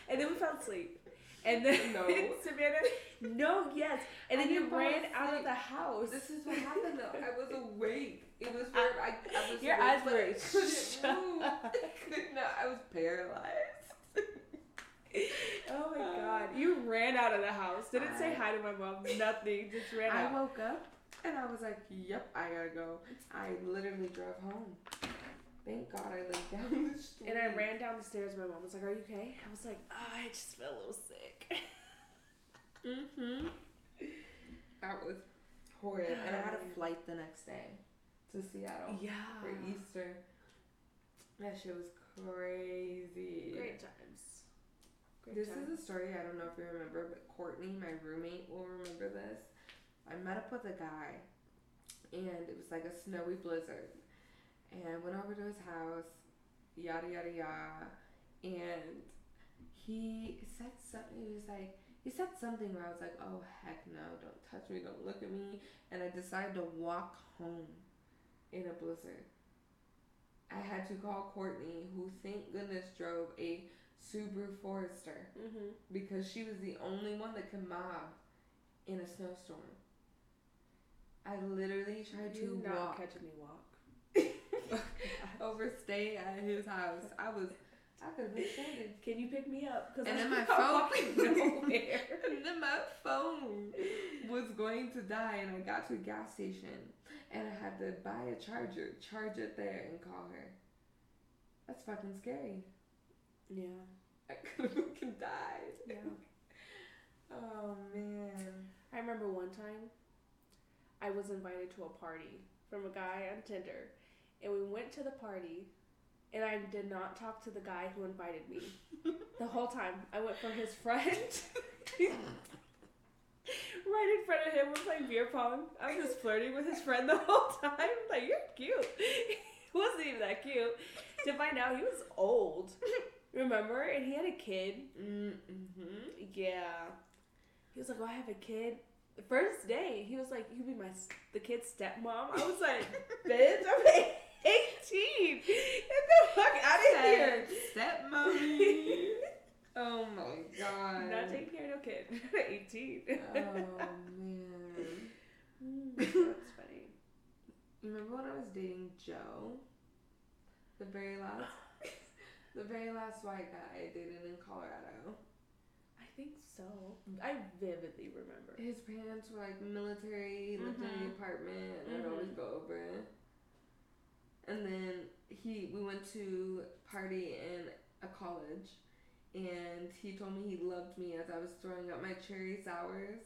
S2: And then we fell asleep. And then
S1: No.
S2: Savannah No, yes. And then
S1: I
S2: you
S1: didn't fall
S2: ran out of
S1: asleep.
S2: the house.
S1: This is what happened though. I was awake. It was where I, I was
S2: Your
S1: awake,
S2: eyes
S1: but
S2: were
S1: I couldn't
S2: shut.
S1: move. I could not. I was paralyzed.
S2: Oh my god. You ran out of the house. Didn't say hi to my mom. Nothing. Just ran
S1: I
S2: out.
S1: woke up and I was like, "Yep, I gotta go." I literally drove home. Thank God I lived down the street.
S2: And I ran down the stairs. My mom was like, Are you okay? I was like, oh, I just feel a little sick.
S1: Mm-hmm. That was horrid. And I had a flight the next day to Seattle
S2: Yeah.
S1: for Easter. That shit was crazy.
S2: Great times. Great
S1: This
S2: times.
S1: is a story I don't know if you remember, but Courtney, my roommate, will remember this. I met up with a guy, and it was like a snowy blizzard. And I went over to his house, yada yada yada, and he said something. He was like, he said something where I was like, "Oh heck no, don't touch me, don't look at me." And I decided to walk home in a blizzard. I had to call Courtney, who thank goodness drove a Subaru Forester
S2: Mhm.
S1: because she was the only one that could mob in a snowstorm. I literally tried
S2: You
S1: to
S2: not
S1: walk
S2: catching me walk.
S1: overstay at his house. I was I could have been stranded.
S2: Can you pick me up? Because
S1: And then my
S2: walking
S1: phone-
S2: nowhere.
S1: And then my phone was going to die and I got to a gas station and I had to buy a charger, charge it there and call her. That's fucking scary.
S2: Yeah.
S1: I could have fucking died.
S2: Yeah.
S1: Oh man.
S2: I remember one time I was invited to a party from a guy on Tinder, and we went to the party, and I did not talk to the guy who invited me the whole time. I went for his friend. Right in front of him, we're playing beer pong. I was just flirting with his friend the whole time. Like, you're cute. He wasn't even that cute. To find out, he was old. Remember? And he had a kid.
S1: Mm-hmm.
S2: Yeah. He was like, oh, I have a kid. the first day, he was like, "You be my s- the kid's stepmom." I was like, "Bitch, I'm eighteen. Get the fuck out of here.
S1: Step mommy. oh my god.
S2: I'm not taking care of no kid. I'm eighteen.
S1: Oh man.
S2: Mm, That's funny.
S1: You remember when I was dating Joe? The very last the very last white guy I dated in Colorado.
S2: I think so. I vividly remember.
S1: His parents were like military, lived in an
S2: Mhm.
S1: apartment, and I'd
S2: Mhm.
S1: always go over. And then he, we went to party in a college, and he told me he loved me as I was throwing up my cherry sours,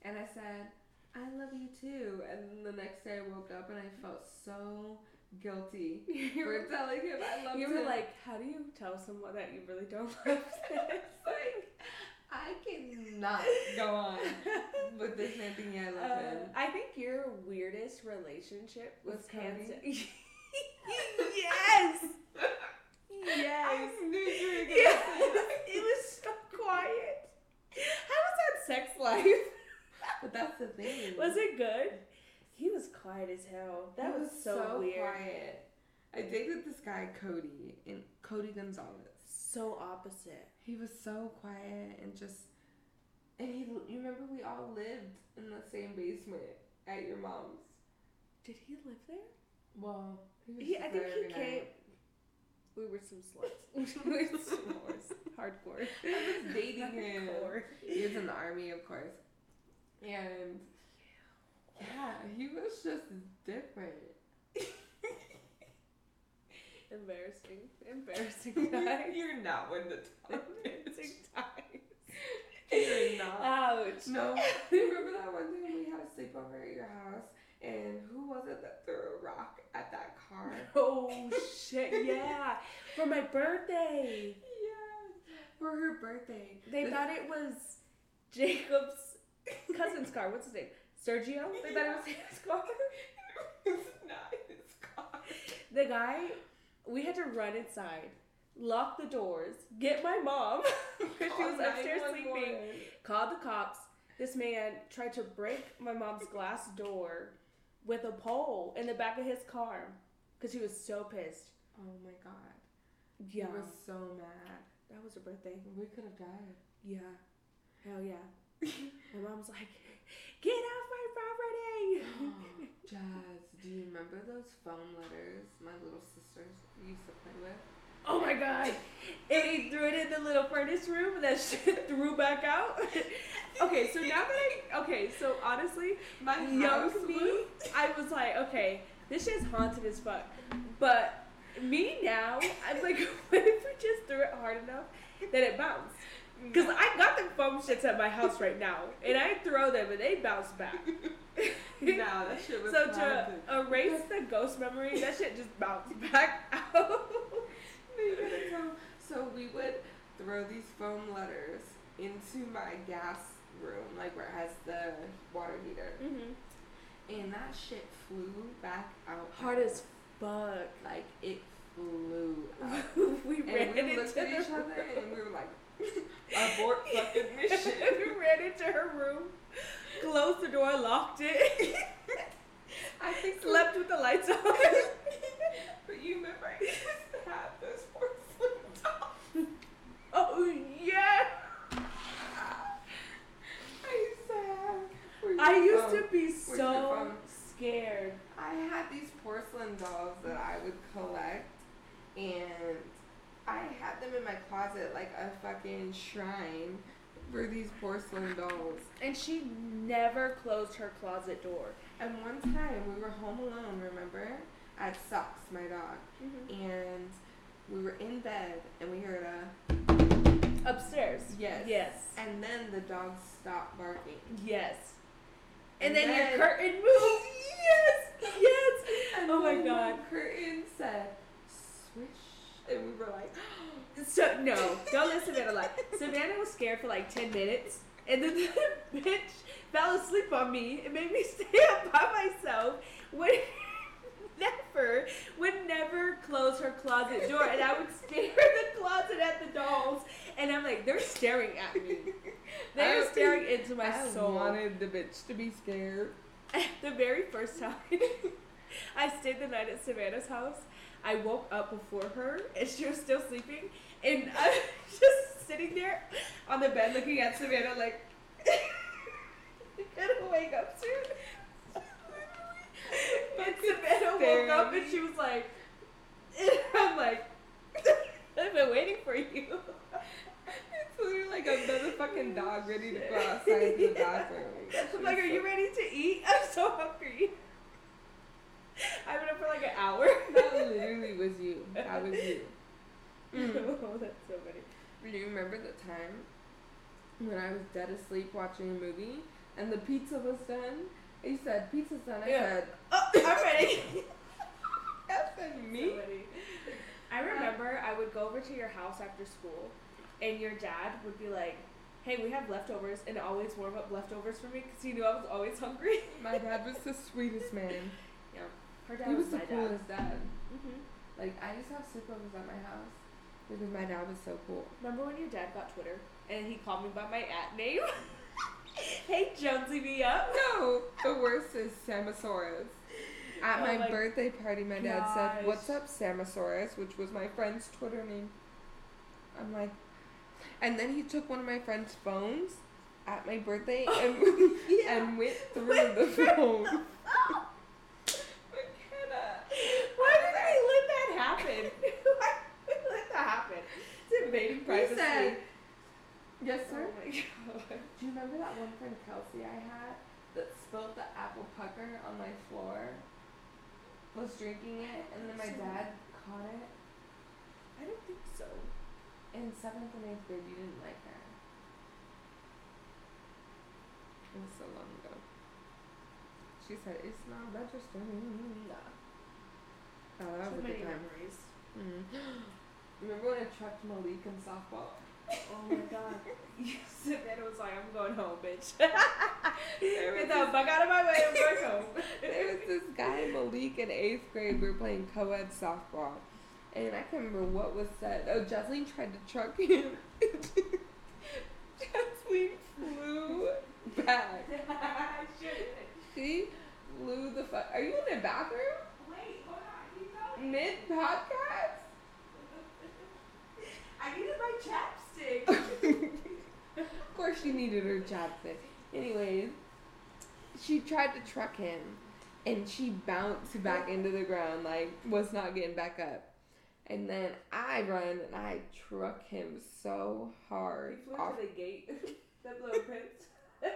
S1: and I said, "I love you too." And the next day I woke up and I felt so guilty
S2: You
S1: for
S2: were,
S1: telling him I loved
S2: you
S1: him.
S2: were like, how do you tell someone that you really don't love them?
S1: It's like, I cannot go on with this man thinking I love him.
S2: Uh, I think your weirdest relationship was
S1: With
S2: hands.
S1: Cody?
S2: yes, yes.
S1: I knew you were gonna
S2: Yes.
S1: say that.
S2: It was so quiet. How was that sex life?
S1: But that's the thing.
S2: Was it good? He was quiet as hell. That
S1: It
S2: was, so, weird.
S1: quiet. I dated this guy Cody and Cody Gonzalez.
S2: So opposite.
S1: He was so quiet and just and he you remember we all lived in the same basement at your mom's.
S2: Did he live there?
S1: Well, was
S2: He,
S1: just
S2: I think
S1: there
S2: he
S1: every
S2: came.
S1: night.
S2: We were some sluts. we were some whores. Hardcore.
S1: I was dating him.
S2: Hardcore.
S1: He was in the army, of course. And yeah, he was just different.
S2: Embarrassing. Embarrassing guy.
S1: You're not one to talk.
S2: Embarrassing time.
S1: You're not.
S2: Ouch.
S1: No, you remember that one time we had a sleepover at your house, and who was it that threw a rock at that car?
S2: Oh shit, yeah. For my birthday.
S1: Yes, for her birthday.
S2: They thought it was Jacob's cousin's car. What's his name? Sergio? They thought it was his car.
S1: It's not his car.
S2: The guy, we had to run inside, lock the doors, get my mom, because she was upstairs sleeping, called the cops. This man tried to break my mom's glass door with a pole in the back of his car because he was so pissed.
S1: Oh my god,
S2: Yeah.
S1: he was so mad.
S2: That was her birthday.
S1: We could have died.
S2: Yeah. Hell yeah. My mom's like, get off my property!
S1: Jazz, do you remember those foam letters my little sisters used to play with?
S2: oh my god! And he threw it in the little furnace room and that shit threw back out. okay, so now that I. Okay, so honestly,
S1: My house
S2: young me,
S1: was-
S2: I was like, okay, this shit's haunted as fuck. But me now, I'm like, what if we just threw it hard enough that it bounced? Because I got them foam shits at my house right now, and I throw them and they bounce back.
S1: no, that shit was
S2: So to
S1: haunted.
S2: erase the ghost memory, that shit just bounced back out.
S1: You gotta tell- So we would throw these foam letters into my gas room, like where it has the water heater,
S2: mm-hmm.
S1: and that shit flew back out.
S2: Hard as fuck.
S1: like it flew out.
S2: we
S1: and
S2: ran
S1: we
S2: into
S1: looked at
S2: the
S1: each other and
S2: room.
S1: we were like, abort fucking mission.
S2: we ran into her room, closed the door, locked it,
S1: I think we-
S2: slept with the lights on.
S1: but you remember I used to have this porcelain doll.
S2: oh yeah.
S1: I used to have. where's
S2: I
S1: your
S2: used
S1: phone?
S2: to be
S1: Oh, your
S2: so
S1: phone?
S2: scared.
S1: I had these porcelain dolls that I would collect, and I had them in my closet like a fucking shrine for these porcelain dolls.
S2: And she never closed her closet door.
S1: And one time we were home alone, remember? At Socks, my dog, Mm-hmm. and we were in bed and we heard a
S2: Upstairs.
S1: yes,
S2: Yes.
S1: and then the dog stopped barking.
S2: Yes.
S1: And
S2: And, then,
S1: then-
S2: your curtain moved. yes. Yes.
S1: And
S2: oh my
S1: then
S2: god.
S1: the curtain said swish, and we were like,
S2: So no, don't listen to like Savannah was scared for like ten minutes, and then the bitch fell asleep on me and made me stay up by myself. Would never, would never close her closet door, and I would stare in the closet at the dolls, and I'm like, they're staring at me. They were
S1: I-
S2: staring into my
S1: I
S2: soul.
S1: wanted the bitch to be scared.
S2: the very first time I stayed the night at Savannah's house, I woke up before her and she was still sleeping. And I was just sitting there on the bed looking at Savannah like, you're gonna wake up soon. and Savannah woke
S1: staring.
S2: up and she was like, and I'm like, I've been waiting for you.
S1: It's literally like a motherfucking dog ready to go outside the bathroom.
S2: I'm like, are you ready to eat? I'm so hungry. I've been up for like an hour.
S1: That literally was you. That was you.
S2: oh, that's so funny.
S1: Do you remember the time when I was dead asleep watching a movie and the pizza was done? You said pizza's done. I
S2: Yeah.
S1: said,
S2: Oh, I'm ready.
S1: F and me.
S2: So funny. I remember I would go over to your house after school, and your dad would be like, "Hey, we have leftovers," and always warm up leftovers for me because he knew I was always hungry.
S1: My dad was the sweetest man.
S2: Her dad
S1: He
S2: was,
S1: was the
S2: my dad.
S1: coolest dad.
S2: hmm
S1: Like I used to have sleepovers at my house because my dad was so cool.
S2: Remember when your dad got Twitter and he called me by my at name? hey, Jonesy, me up.
S1: No, the worst is Samosaurus. At
S2: Oh
S1: my,
S2: my
S1: birthday party, my dad
S2: gosh.
S1: said, "What's up, Samosaurus?" which was my friend's Twitter name. I'm like, and then he took one of my friend's phones at my birthday and and went through the phone.
S2: Why did I let that happen? Why did I let that happen? It's invading privacy.
S1: He said, "Yes,
S2: oh
S1: sir."
S2: my god.
S1: Do you remember that one friend Kelsey I had that spilled the apple pucker on my floor? Was drinking it, and then my dad caught it.
S2: I don't think so.
S1: In seventh and eighth grade, you didn't like her. It was so long ago. She said, "It's not registered." Oh, that
S2: so
S1: was a
S2: many
S1: good time.
S2: memories.
S1: Mm. Remember when I trucked Malik in softball?
S2: Oh my god. You said that it was like, I'm going home,
S1: was
S2: bitch. Get the
S1: this-
S2: fuck out of my way, I'm going home.
S1: there was this guy Malik in eighth grade. We were playing co-ed softball, and I can't remember what was said. Oh, Jasmine tried to truck him. Jasmine flew back.
S2: I shouldn't.
S1: She flew the fuck. Are you in the bathroom?
S2: Wait, hold on. You know,
S1: Mid podcast?
S2: I needed my chapstick.
S1: of course, she needed her chapstick. Anyways, she tried to truck him, and she bounced back into the ground like was not getting back up. And then I run and I truck him so
S2: We
S1: hard
S2: flew
S1: off
S2: to the gate. that little prince.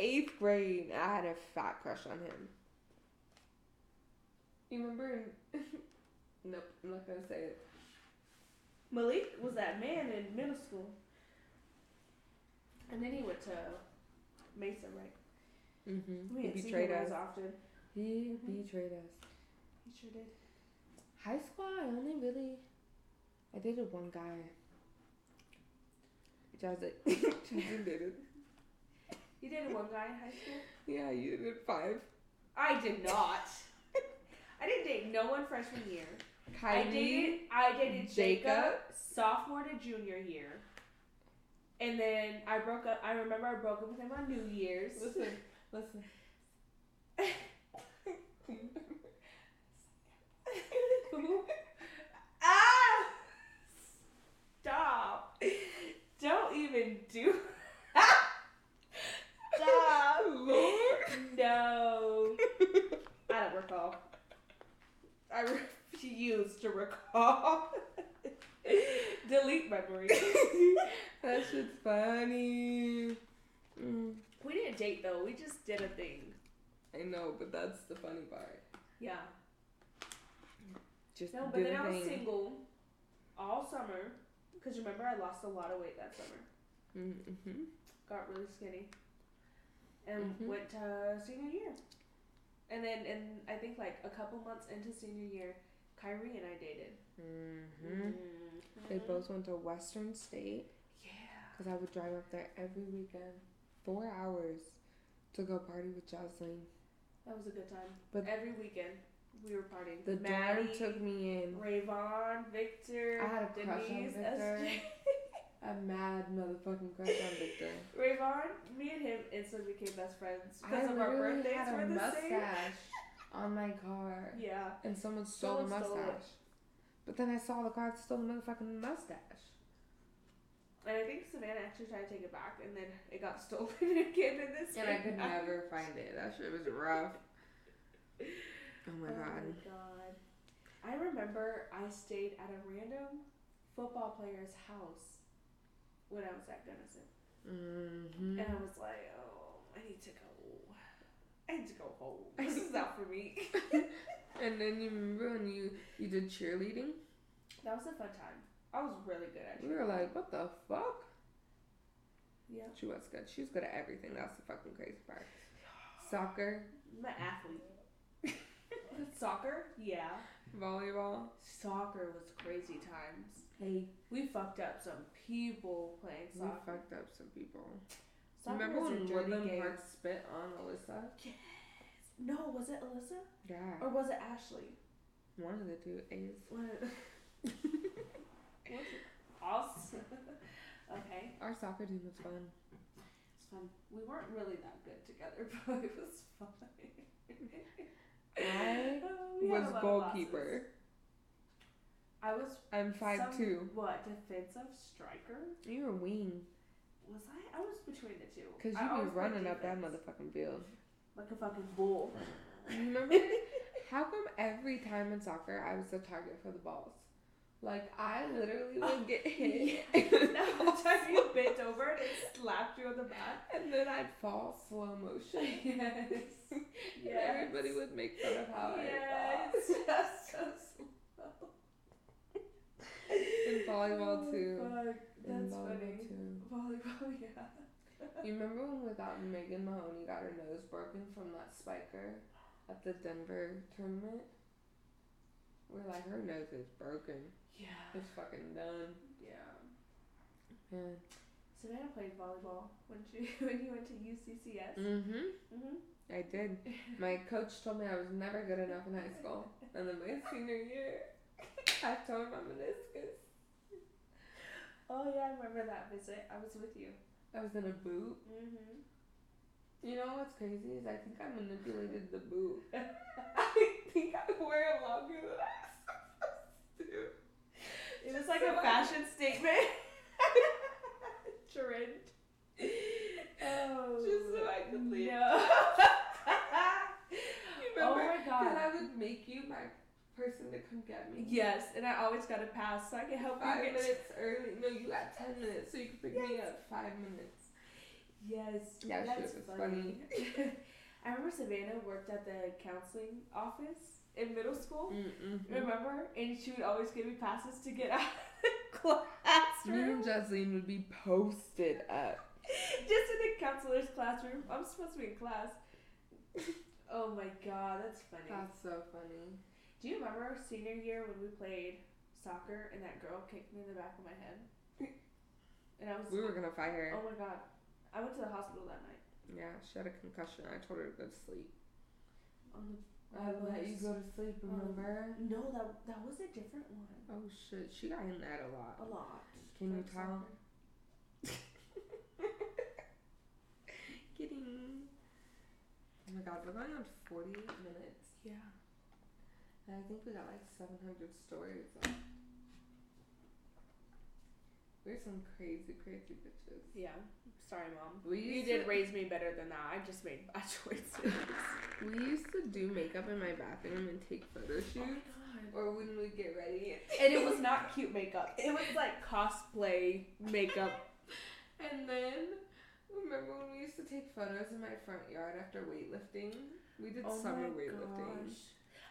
S1: eighth grade, I had a fat crush on him. You remember? nope, I'm not gonna say it.
S2: Malik was that man in middle school. And then he went to Mesa, right?
S1: Mm-hmm.
S2: We
S1: He
S2: didn't see
S1: betrayed
S2: him
S1: us.
S2: as often.
S1: He betrayed us.
S2: He sure did.
S1: High school, I only really, I dated one guy. Jasmine, Jasmine dated.
S2: You dated one guy in high school?
S1: Yeah, you dated five.
S2: I did not. I didn't date no one freshman year.
S1: Kylie.
S2: I dated I dated Jacob,
S1: Jacob.
S2: sophomore to junior year. And then I broke up I remember I broke up with him on New Year's.
S1: Listen, listen.
S2: ah! Stop. Don't even do Stop. No. I don't recall. I refuse to recall. Delete memory.
S1: that shit's funny. Mm,
S2: We didn't date though. We just did a thing.
S1: I know, but that's the funny part.
S2: Yeah.
S1: Just
S2: No, but
S1: do
S2: then
S1: the
S2: I was
S1: thing.
S2: single all summer. Cause remember I lost a lot of weight that summer.
S1: Mm-hmm.
S2: Got really skinny. And
S1: Mhm.
S2: went to senior year. And then, and I think like a couple months into senior year, Kyrie and I dated.
S1: Mm-hmm. They
S2: Mhm.
S1: both went to Western State
S2: Yeah.
S1: because I would drive up there every weekend, four hours, to go party with Jocelyn.
S2: That was a good time.
S1: But-
S2: every weekend we were partying.
S1: The
S2: Maddie,
S1: dorm took me in.
S2: Rayvon, Victor,
S1: I had a crush on
S2: Denise,
S1: Victor.
S2: SJ.
S1: A mad motherfucking crush on Victor.
S2: Rayvon, me and him instantly became best friends because
S1: I
S2: of our
S1: literally
S2: birthdays
S1: had a
S2: were the
S1: mustache on my car,
S2: same. Yeah.
S1: and someone stole the
S2: Someone
S1: mustache.
S2: stole it.
S1: But then I saw the car that stole the motherfucking mustache.
S2: And I think Savannah actually tried to take it back, and then it got stolen again in this.
S1: And I could
S2: thing.
S1: never find it. That shit was rough. Oh my
S2: oh
S1: god.
S2: my god! I remember I stayed at a random football player's house when I was at Gunnison,
S1: Mm-hmm.
S2: and I was like, "Oh, I need to go. I need to go home. This is not for me."
S1: And then you remember when you you did cheerleading?
S2: that was a fun time. I was really good at
S1: We
S2: it.
S1: were like, what the fuck?
S2: Yeah,
S1: She was good. She was good at everything. That's the fucking crazy part. Soccer,
S2: I'm an athlete. Soccer? Yeah.
S1: volleyball.
S2: Soccer was crazy times.
S1: Hey,
S2: We fucked up some people playing
S1: we
S2: soccer.
S1: fucked up some people.
S2: Soccer
S1: remember
S2: is a
S1: when
S2: dirty
S1: Woodland
S2: game.
S1: Park spit on Alyssa?
S2: Yes. No, was it Alyssa
S1: Yeah.
S2: or was it Ashley?
S1: One of the two A's.
S2: Us. okay,
S1: Our soccer team was fun.
S2: it's fun. We weren't really that good together, but it was fun.
S1: I
S2: Oh, we had a
S1: was
S2: lot of losses.
S1: goalkeeper.
S2: I was
S1: I'm five
S2: some-
S1: two.
S2: What defensive striker
S1: You were wing.
S2: was I? I was between the two.
S1: Cause
S2: I
S1: you
S2: always
S1: was
S2: played
S1: running up that
S2: defense.
S1: motherfucking field.
S2: like a fucking bull.
S1: You Remember? How come every time in soccer I was the target for the balls? Like I literally
S2: Oh,
S1: would get hit,
S2: No, the time you bent over and it slapped you on the back.
S1: and then I'd fall slow motion. And
S2: Yes.
S1: Everybody would make fun of how I
S2: Yes, that's so slow.
S1: In volleyball, too.
S2: Oh, fuck.
S1: fell. In
S2: That's
S1: volleyball,
S2: funny.
S1: too.
S2: Volleyball, yeah.
S1: You remember when without Megan Mahoney got her nose broken from that spiker at the Denver tournament? We're like, her nose is broken.
S2: Yeah.
S1: It's fucking done.
S2: Yeah.
S1: Yeah.
S2: Savannah played volleyball when she when you went to UCCS.
S1: Mm-hmm.
S2: Mm-hmm.
S1: I did. My coach told me I was never good enough in high school. And then my senior year, I tore my meniscus.
S2: Oh yeah, I remember that visit. I was with you.
S1: I was in a boot.
S2: Mm-hmm.
S1: You know what's crazy is I think I manipulated the boot. I think I wore it longer than I was supposed to.
S2: It was like a fashion statement. Trend. Oh.
S1: Just so I could leave.
S2: No.
S1: You
S2: oh
S1: remember?
S2: my god.
S1: That I would make you my person to come get me.
S2: Yes, and I always got a pass so I can help
S1: Five
S2: you get
S1: minutes early. No, you got ten minutes, so you could pick me
S2: Yes.
S1: up five minutes.
S2: Yes,
S1: That shit
S2: that's
S1: was
S2: funny. I remember Savannah worked at the counseling office in middle school.
S1: Mm-mm.
S2: Remember, and she would always give me passes to get out of the
S1: and
S2: classroom.
S1: Jesleen would be posted up.
S2: Just in the counselor's classroom. I'm supposed to be in class. Oh my god, that's funny.
S1: That's so funny.
S2: Do you remember our senior year when we played soccer and that girl kicked me in the back of my head? And I was
S1: We were gonna fight her.
S2: Oh my god. I went to the hospital that night.
S1: Yeah, she had a concussion. I told her to go to sleep.
S2: On the,
S1: I let you go to sleep,
S2: Um,
S1: remember?
S2: No, that that was a different one.
S1: Oh shit, she got in that a
S2: A
S1: lot.
S2: lot.
S1: Can you
S2: Like
S1: tell?
S2: soccer.
S1: Kidding. Oh my god, we're going on 48 minutes.
S2: Yeah.
S1: And I think we got like 700 stories left. We're some crazy, crazy bitches.
S2: Yeah. Sorry, mom.
S1: We
S2: You
S1: used
S2: did
S1: to-
S2: raise me better than that. I just made bad choices.
S1: We used to do makeup in my bathroom and take photo
S2: Oh
S1: shoots. Or when we get ready.
S2: and it was not cute makeup. It was like cosplay makeup.
S1: And then, remember when we used to take photos in my front yard after weightlifting? We did
S2: Oh
S1: summer weightlifting.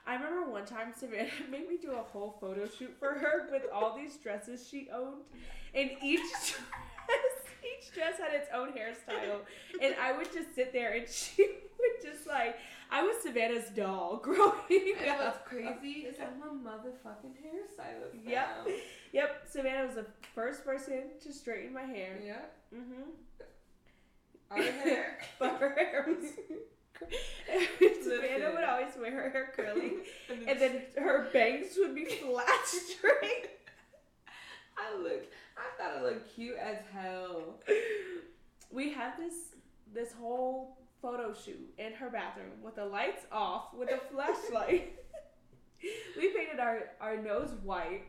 S2: I remember one time Savannah made me do a whole photo shoot for her with all these dresses she owned, and each dress, each dress had its own hairstyle. And I would just sit there, and she would just like I was Savannah's doll growing
S1: And what's
S2: up.
S1: crazy is I'm a motherfucking hairstylist.
S2: Yep.
S1: now.
S2: Yep, Savannah was the first person to straighten my hair.
S1: Yep.
S2: Mm-hmm.
S1: Our hair.
S2: But her hair was. Savannah would always wear her hair curly, and then her bangs would be flat straight.
S1: I look. I thought I looked cute as hell.
S2: we have this this whole photo shoot in her bathroom with the lights off with a flashlight. we painted our our nose white,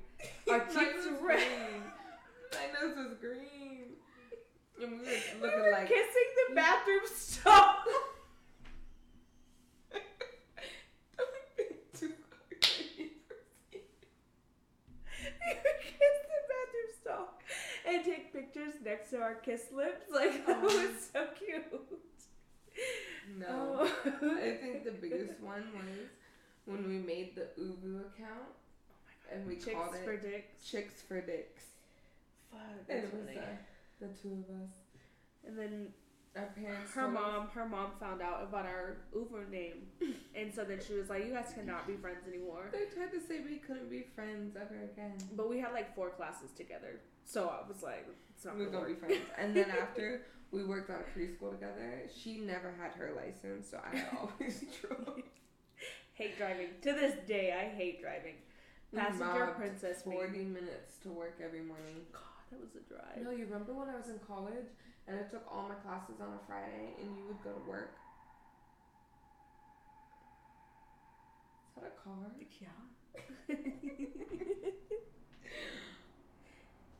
S2: our
S1: My
S2: cheeks
S1: nose
S2: red.
S1: green. My nose was green. And we were
S2: We
S1: looking
S2: were
S1: like
S2: kissing the bathroom stall. we would kiss the bathroom stall and take pictures next to our kiss lips. Like that
S1: Oh.
S2: was so cute.
S1: no.
S2: Oh.
S1: I think the biggest one was when we made the Ubu account
S2: Oh
S1: and we
S2: Chicks
S1: called it
S2: for dicks.
S1: Chicks for Dicks.
S2: Fuck,
S1: And it
S2: that's
S1: was uh,
S2: funny.
S1: the, the two of us.
S2: And then
S1: Our parents.
S2: her
S1: told us-
S2: mom, her mom found out about our Uber name, and so then she was like, "You guys cannot be friends anymore."
S1: They tried to say we couldn't be friends ever again.
S2: But we had like four classes together, so I was like, "It's not
S1: We're
S2: gonna
S1: gonna be
S2: work."
S1: friends. And then after we worked out of preschool together, she never had her license, so I always drove.
S2: Hate driving to this day. I hate driving.
S1: We
S2: Passenger
S1: mobbed
S2: princess. me.
S1: Forty minutes to work every morning.
S2: God, that was a drive.
S1: No, you remember when I was in college and I took all my classes on a Friday and you would go to work? Is that a car?
S2: Yeah.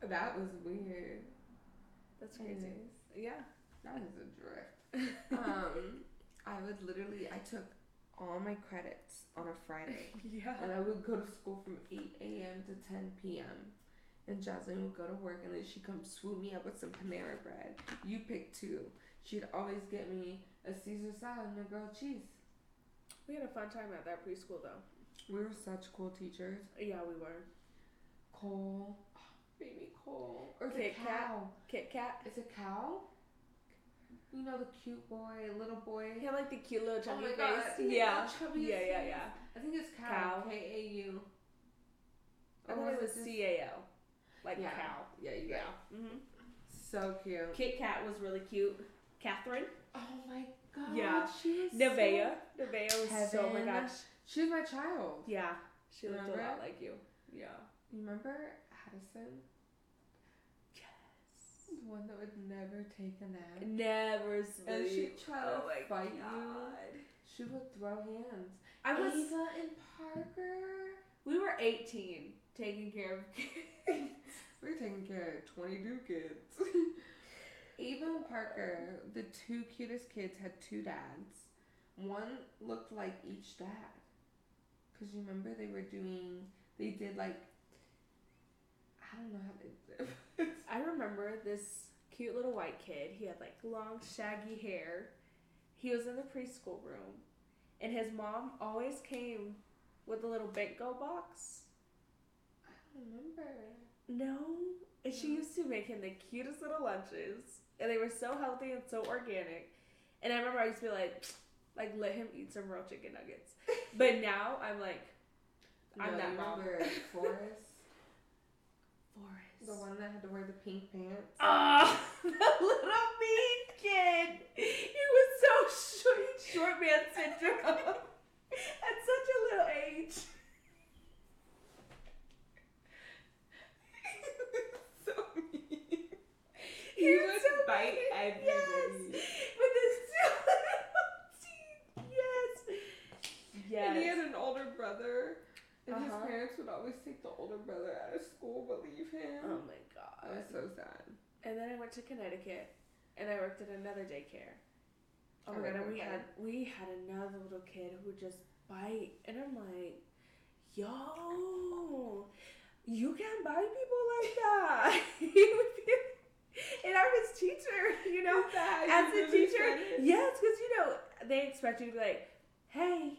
S1: That was weird.
S2: That's crazy.
S1: Anyways,
S2: Yeah.
S1: That is a drift. Um, I would literally, I took all my credits on a Friday
S2: yeah.
S1: and I would go to school from 8 a.m. to 10 p.m. And Jasmine would go to work, and then she'd come swoop me up with some Panera bread. You pick two. She'd always get me a Caesar salad and a grilled cheese.
S2: We had a fun time at that preschool though.
S1: We were such cool teachers.
S2: Yeah, we were.
S1: Cole, baby Cole, or
S2: Kit
S1: the cow.
S2: Kat. Kit Kat.
S1: It's a cow. You know the cute boy, little boy.
S2: He had like the cute little chubby
S1: Oh my
S2: face.
S1: God, he had the
S2: Yeah.
S1: chubbiest
S2: Yeah, yeah,
S1: face.
S2: yeah.
S1: I think it's
S2: Cow.
S1: cow. K A U.
S2: I thought it was C A L. Like
S1: Oh, Yeah.
S2: cow.
S1: Yeah, you
S2: Yeah.
S1: got
S2: Mm-hmm.
S1: so cute.
S2: Kit Kat was really cute. Catherine.
S1: Oh my god.
S2: Yeah.
S1: She was
S2: Nevaeh. Nevaeh was so oh my
S1: Heaven.
S2: gosh.
S1: So... She was my child.
S2: Yeah. She looked a lot
S1: Remember?
S2: like you. Yeah.
S1: You Remember Addison?
S2: Yes.
S1: The one that would never take a nap.
S2: Never sleep.
S1: And she'd try to
S2: oh my
S1: fight you.
S2: God.
S1: She would throw hands.
S2: I was
S1: Ava and Parker.
S2: We were 18 taking care of kids.
S1: We're taking care of 22 kids. Ava and Parker, the two cutest kids, had two dads. One looked like each dad. Because you remember they were doing, they did like, I don't know how they did it.
S2: I remember this cute little white kid. He had like long, shaggy hair. He was in the preschool room, and his mom always came with a little Benko box.
S1: I don't remember.
S2: No, and she
S1: No.
S2: used to make him the cutest little lunches, and they were so healthy and so organic. And I remember I used to be like, like let him eat some real chicken nuggets. But now I'm like, I'm
S1: No,
S2: that
S1: you
S2: mom.
S1: remember Forrest,
S2: Forrest.
S1: the one that had to wear the pink pants.
S2: Oh, the little mean kid. He was so short, short man syndrome at such a little age.
S1: so mean.
S2: He,
S1: He
S2: was
S1: would
S2: so
S1: bite
S2: mean.
S1: everybody.
S2: Yes, with his two little teeth. Yes.
S1: And he
S2: Yes.
S1: had an older brother. And
S2: Uh-huh.
S1: his parents would always take the older brother out of school but leave him.
S2: Oh my
S1: I was
S2: god.
S1: so sad.
S2: And then I went to Connecticut, and I worked at another daycare. Oh
S1: I
S2: my god! And
S1: remember
S2: we
S1: that.
S2: had we had another little kid who would just bite, and I'm like, yo, you can't bite people like that. He would be- and I was teacher, you know,
S1: Sad,
S2: as
S1: you
S2: a
S1: really
S2: teacher,
S1: said it.
S2: yes, because you know they expect you to be like, hey,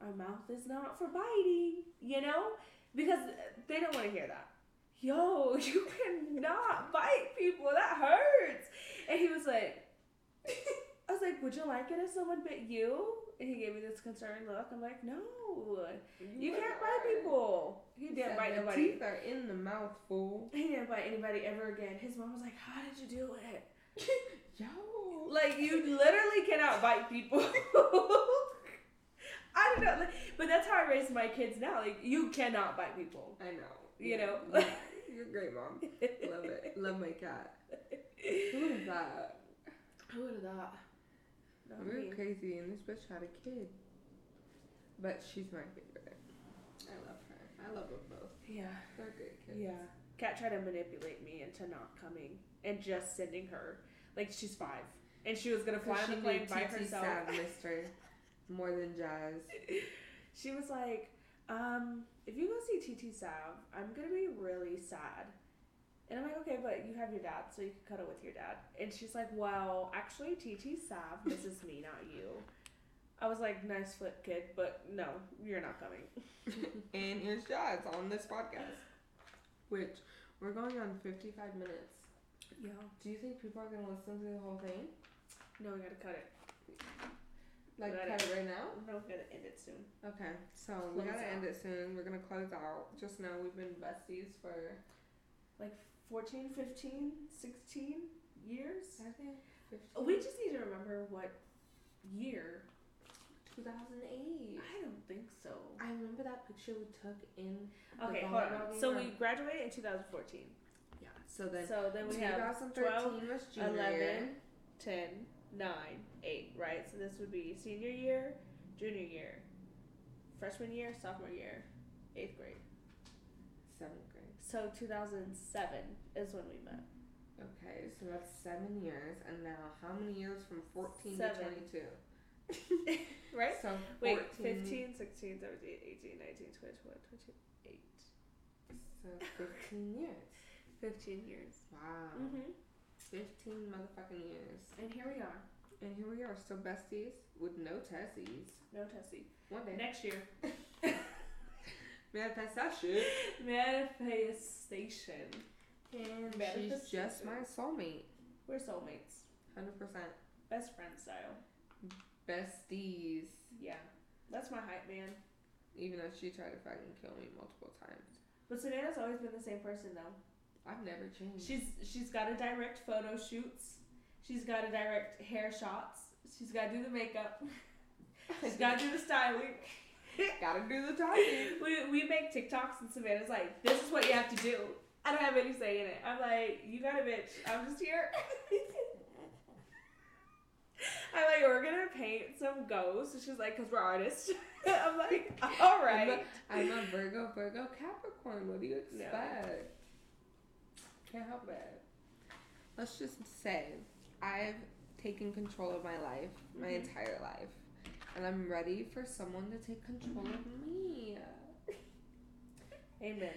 S2: our mouth is not for biting, you know, because they don't want to hear that. Yo, you cannot bite people. That hurts. And he was like, I was like, would you like it if someone bit you? And he gave me this concerned look. I'm like, no, you
S1: were
S2: can't
S1: right.
S2: bite people. He
S1: You
S2: didn't
S1: said
S2: bite
S1: the
S2: nobody.
S1: Teeth are in the mouth, fool.
S2: He didn't bite anybody ever again. His mom was like, how did you do it?
S1: Yo.
S2: Like you literally cannot bite people. I don't know, like, but that's how I raise my kids now. Like you cannot bite people.
S1: I know.
S2: You know?
S1: Yeah. You're great, mom. Love it. Love my cat. Who is that?
S2: Who would have thought? Not
S1: We
S2: me.
S1: We're crazy, and this bitch had a kid. But she's my favorite. I love her. I love them both.
S2: Yeah,
S1: They're great kids.
S2: yeah. Kat tried to manipulate me into not coming and just sending her. Like she's five, and she was gonna fly
S1: Because
S2: on
S1: she
S2: the plane
S1: knew
S2: by
S1: T.T.
S2: herself.
S1: Sav missed her more than Jazz.
S2: she was like, um, if you go see TT Sav, I'm gonna be really sad. And I'm like, okay, but you have your dad, so you can cuddle with your dad. And she's like, well, actually, TT Sav, this is me, not you. I was like, nice flip, kid, but no, you're not coming.
S1: and here's Jazz on this podcast, which we're going on 55 minutes.
S2: Yeah.
S1: Do you think people are going to listen to the whole thing?
S2: No, we gotta cut it.
S1: Like,
S2: Got
S1: cut it right now?
S2: No, we gotta end it soon.
S1: Okay, so we
S2: Close
S1: gotta
S2: out.
S1: end it soon. We're gonna close out. Just know we've been besties for
S2: Like 14, 15, 16 years?
S1: I think 15,
S2: We just need to remember what year.
S1: 2008.
S2: I don't think so.
S1: I remember that picture we took in.
S2: Okay,
S1: The
S2: hold
S1: volleyball
S2: on.
S1: game
S2: So
S1: or-
S2: we graduated in 2014.
S1: Yeah. So then,
S2: So then we have
S1: 2013
S2: 12,
S1: was junior
S2: 11,
S1: year.
S2: 10, 9, 8, right? So this would be senior year, junior year, freshman year, sophomore year, eighth grade.
S1: seventh grade.
S2: So 2007 is when we met.
S1: Okay, so that's seven years, and now how many years from 14
S2: Seven.
S1: to 22?
S2: Right?
S1: So
S2: Wait,
S1: 14
S2: 15, 16, 17, 18, 19, 20, 21, 22,
S1: So 15 years.
S2: 15 years.
S1: Wow. Mm-hmm.
S2: hmm
S1: 15 motherfucking years.
S2: And here we are.
S1: And here we are, still besties with no tessies.
S2: No Tessie.
S1: One day.
S2: Next year.
S1: Manifest that shit.
S2: Manifestation.
S1: And she's
S2: Manifest
S1: just
S2: it.
S1: my soulmate.
S2: We're soulmates.
S1: 100%.
S2: Best friend style.
S1: Besties.
S2: Yeah. That's my hype man.
S1: Even though she tried to fucking kill me multiple times.
S2: But Savannah's always been the same person though.
S1: I've never changed.
S2: She's she's got to direct photo shoots. She's got to direct hair shots. She's got to do the makeup. She's got to do the styling.
S1: Gotta do the talking.
S2: We, we make TikToks and Savannah's like, this is what you have to do. I don't have any say in it. I'm like, you got a bitch. I'm just here. I'm like, we're gonna paint some ghosts. And she's like, cause we're artists. I'm like, all
S1: I'm
S2: right.
S1: a- I'm a Virgo, Virgo, Capricorn. What do you
S2: No.
S1: expect? Can't help it. Let's just say I've taken control of my life, my
S2: Mhm.
S1: entire life, and I'm ready for someone to take control of me.
S2: Amen.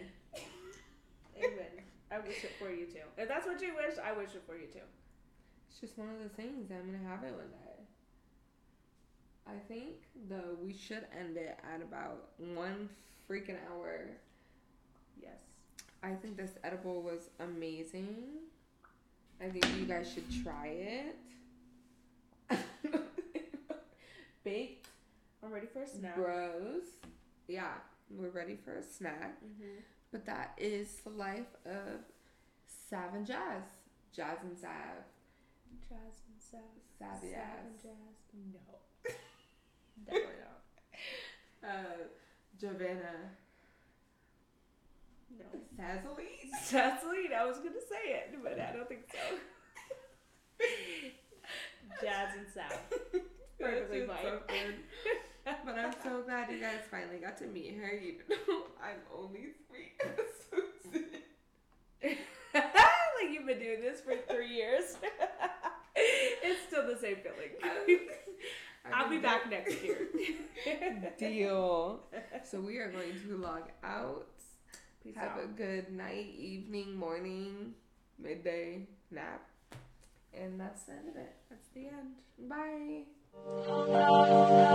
S2: Amen. I wish it for you too. If that's what you wish, I wish it for you too.
S1: It's just one of the things. I'm gonna have it one day. I think though we should end it at about one freaking hour.
S2: Yes.
S1: I think this edible was amazing. I think you guys should try it. Baked
S2: I'm ready for a snack.
S1: bros. Yeah, we're ready for a snack.
S2: Mm-hmm.
S1: But that is the life of Sav and Jazz. Jazz and Sav.
S2: Jazz and Sav.
S1: Sav
S2: Sav
S1: Jazz.
S2: and Jazz. No. Definitely not.
S1: Uh, Javanna.
S2: No.
S1: Sazzily.
S2: Jasmine, I was gonna say it, but I don't think so. Jazz and Sav. Perfectly
S1: That's just so good. But I'm so glad you guys finally got to meet her. You know, I'm only three episodes in.
S2: like you've been doing this for three years. it's still the same feeling. I'll be back next year.
S1: Deal. So we are going to log out.
S2: Peace
S1: Have
S2: out.
S1: a good night, evening, morning, midday nap. And that's the end of it.
S2: That's the end.
S1: Bye.
S3: Thank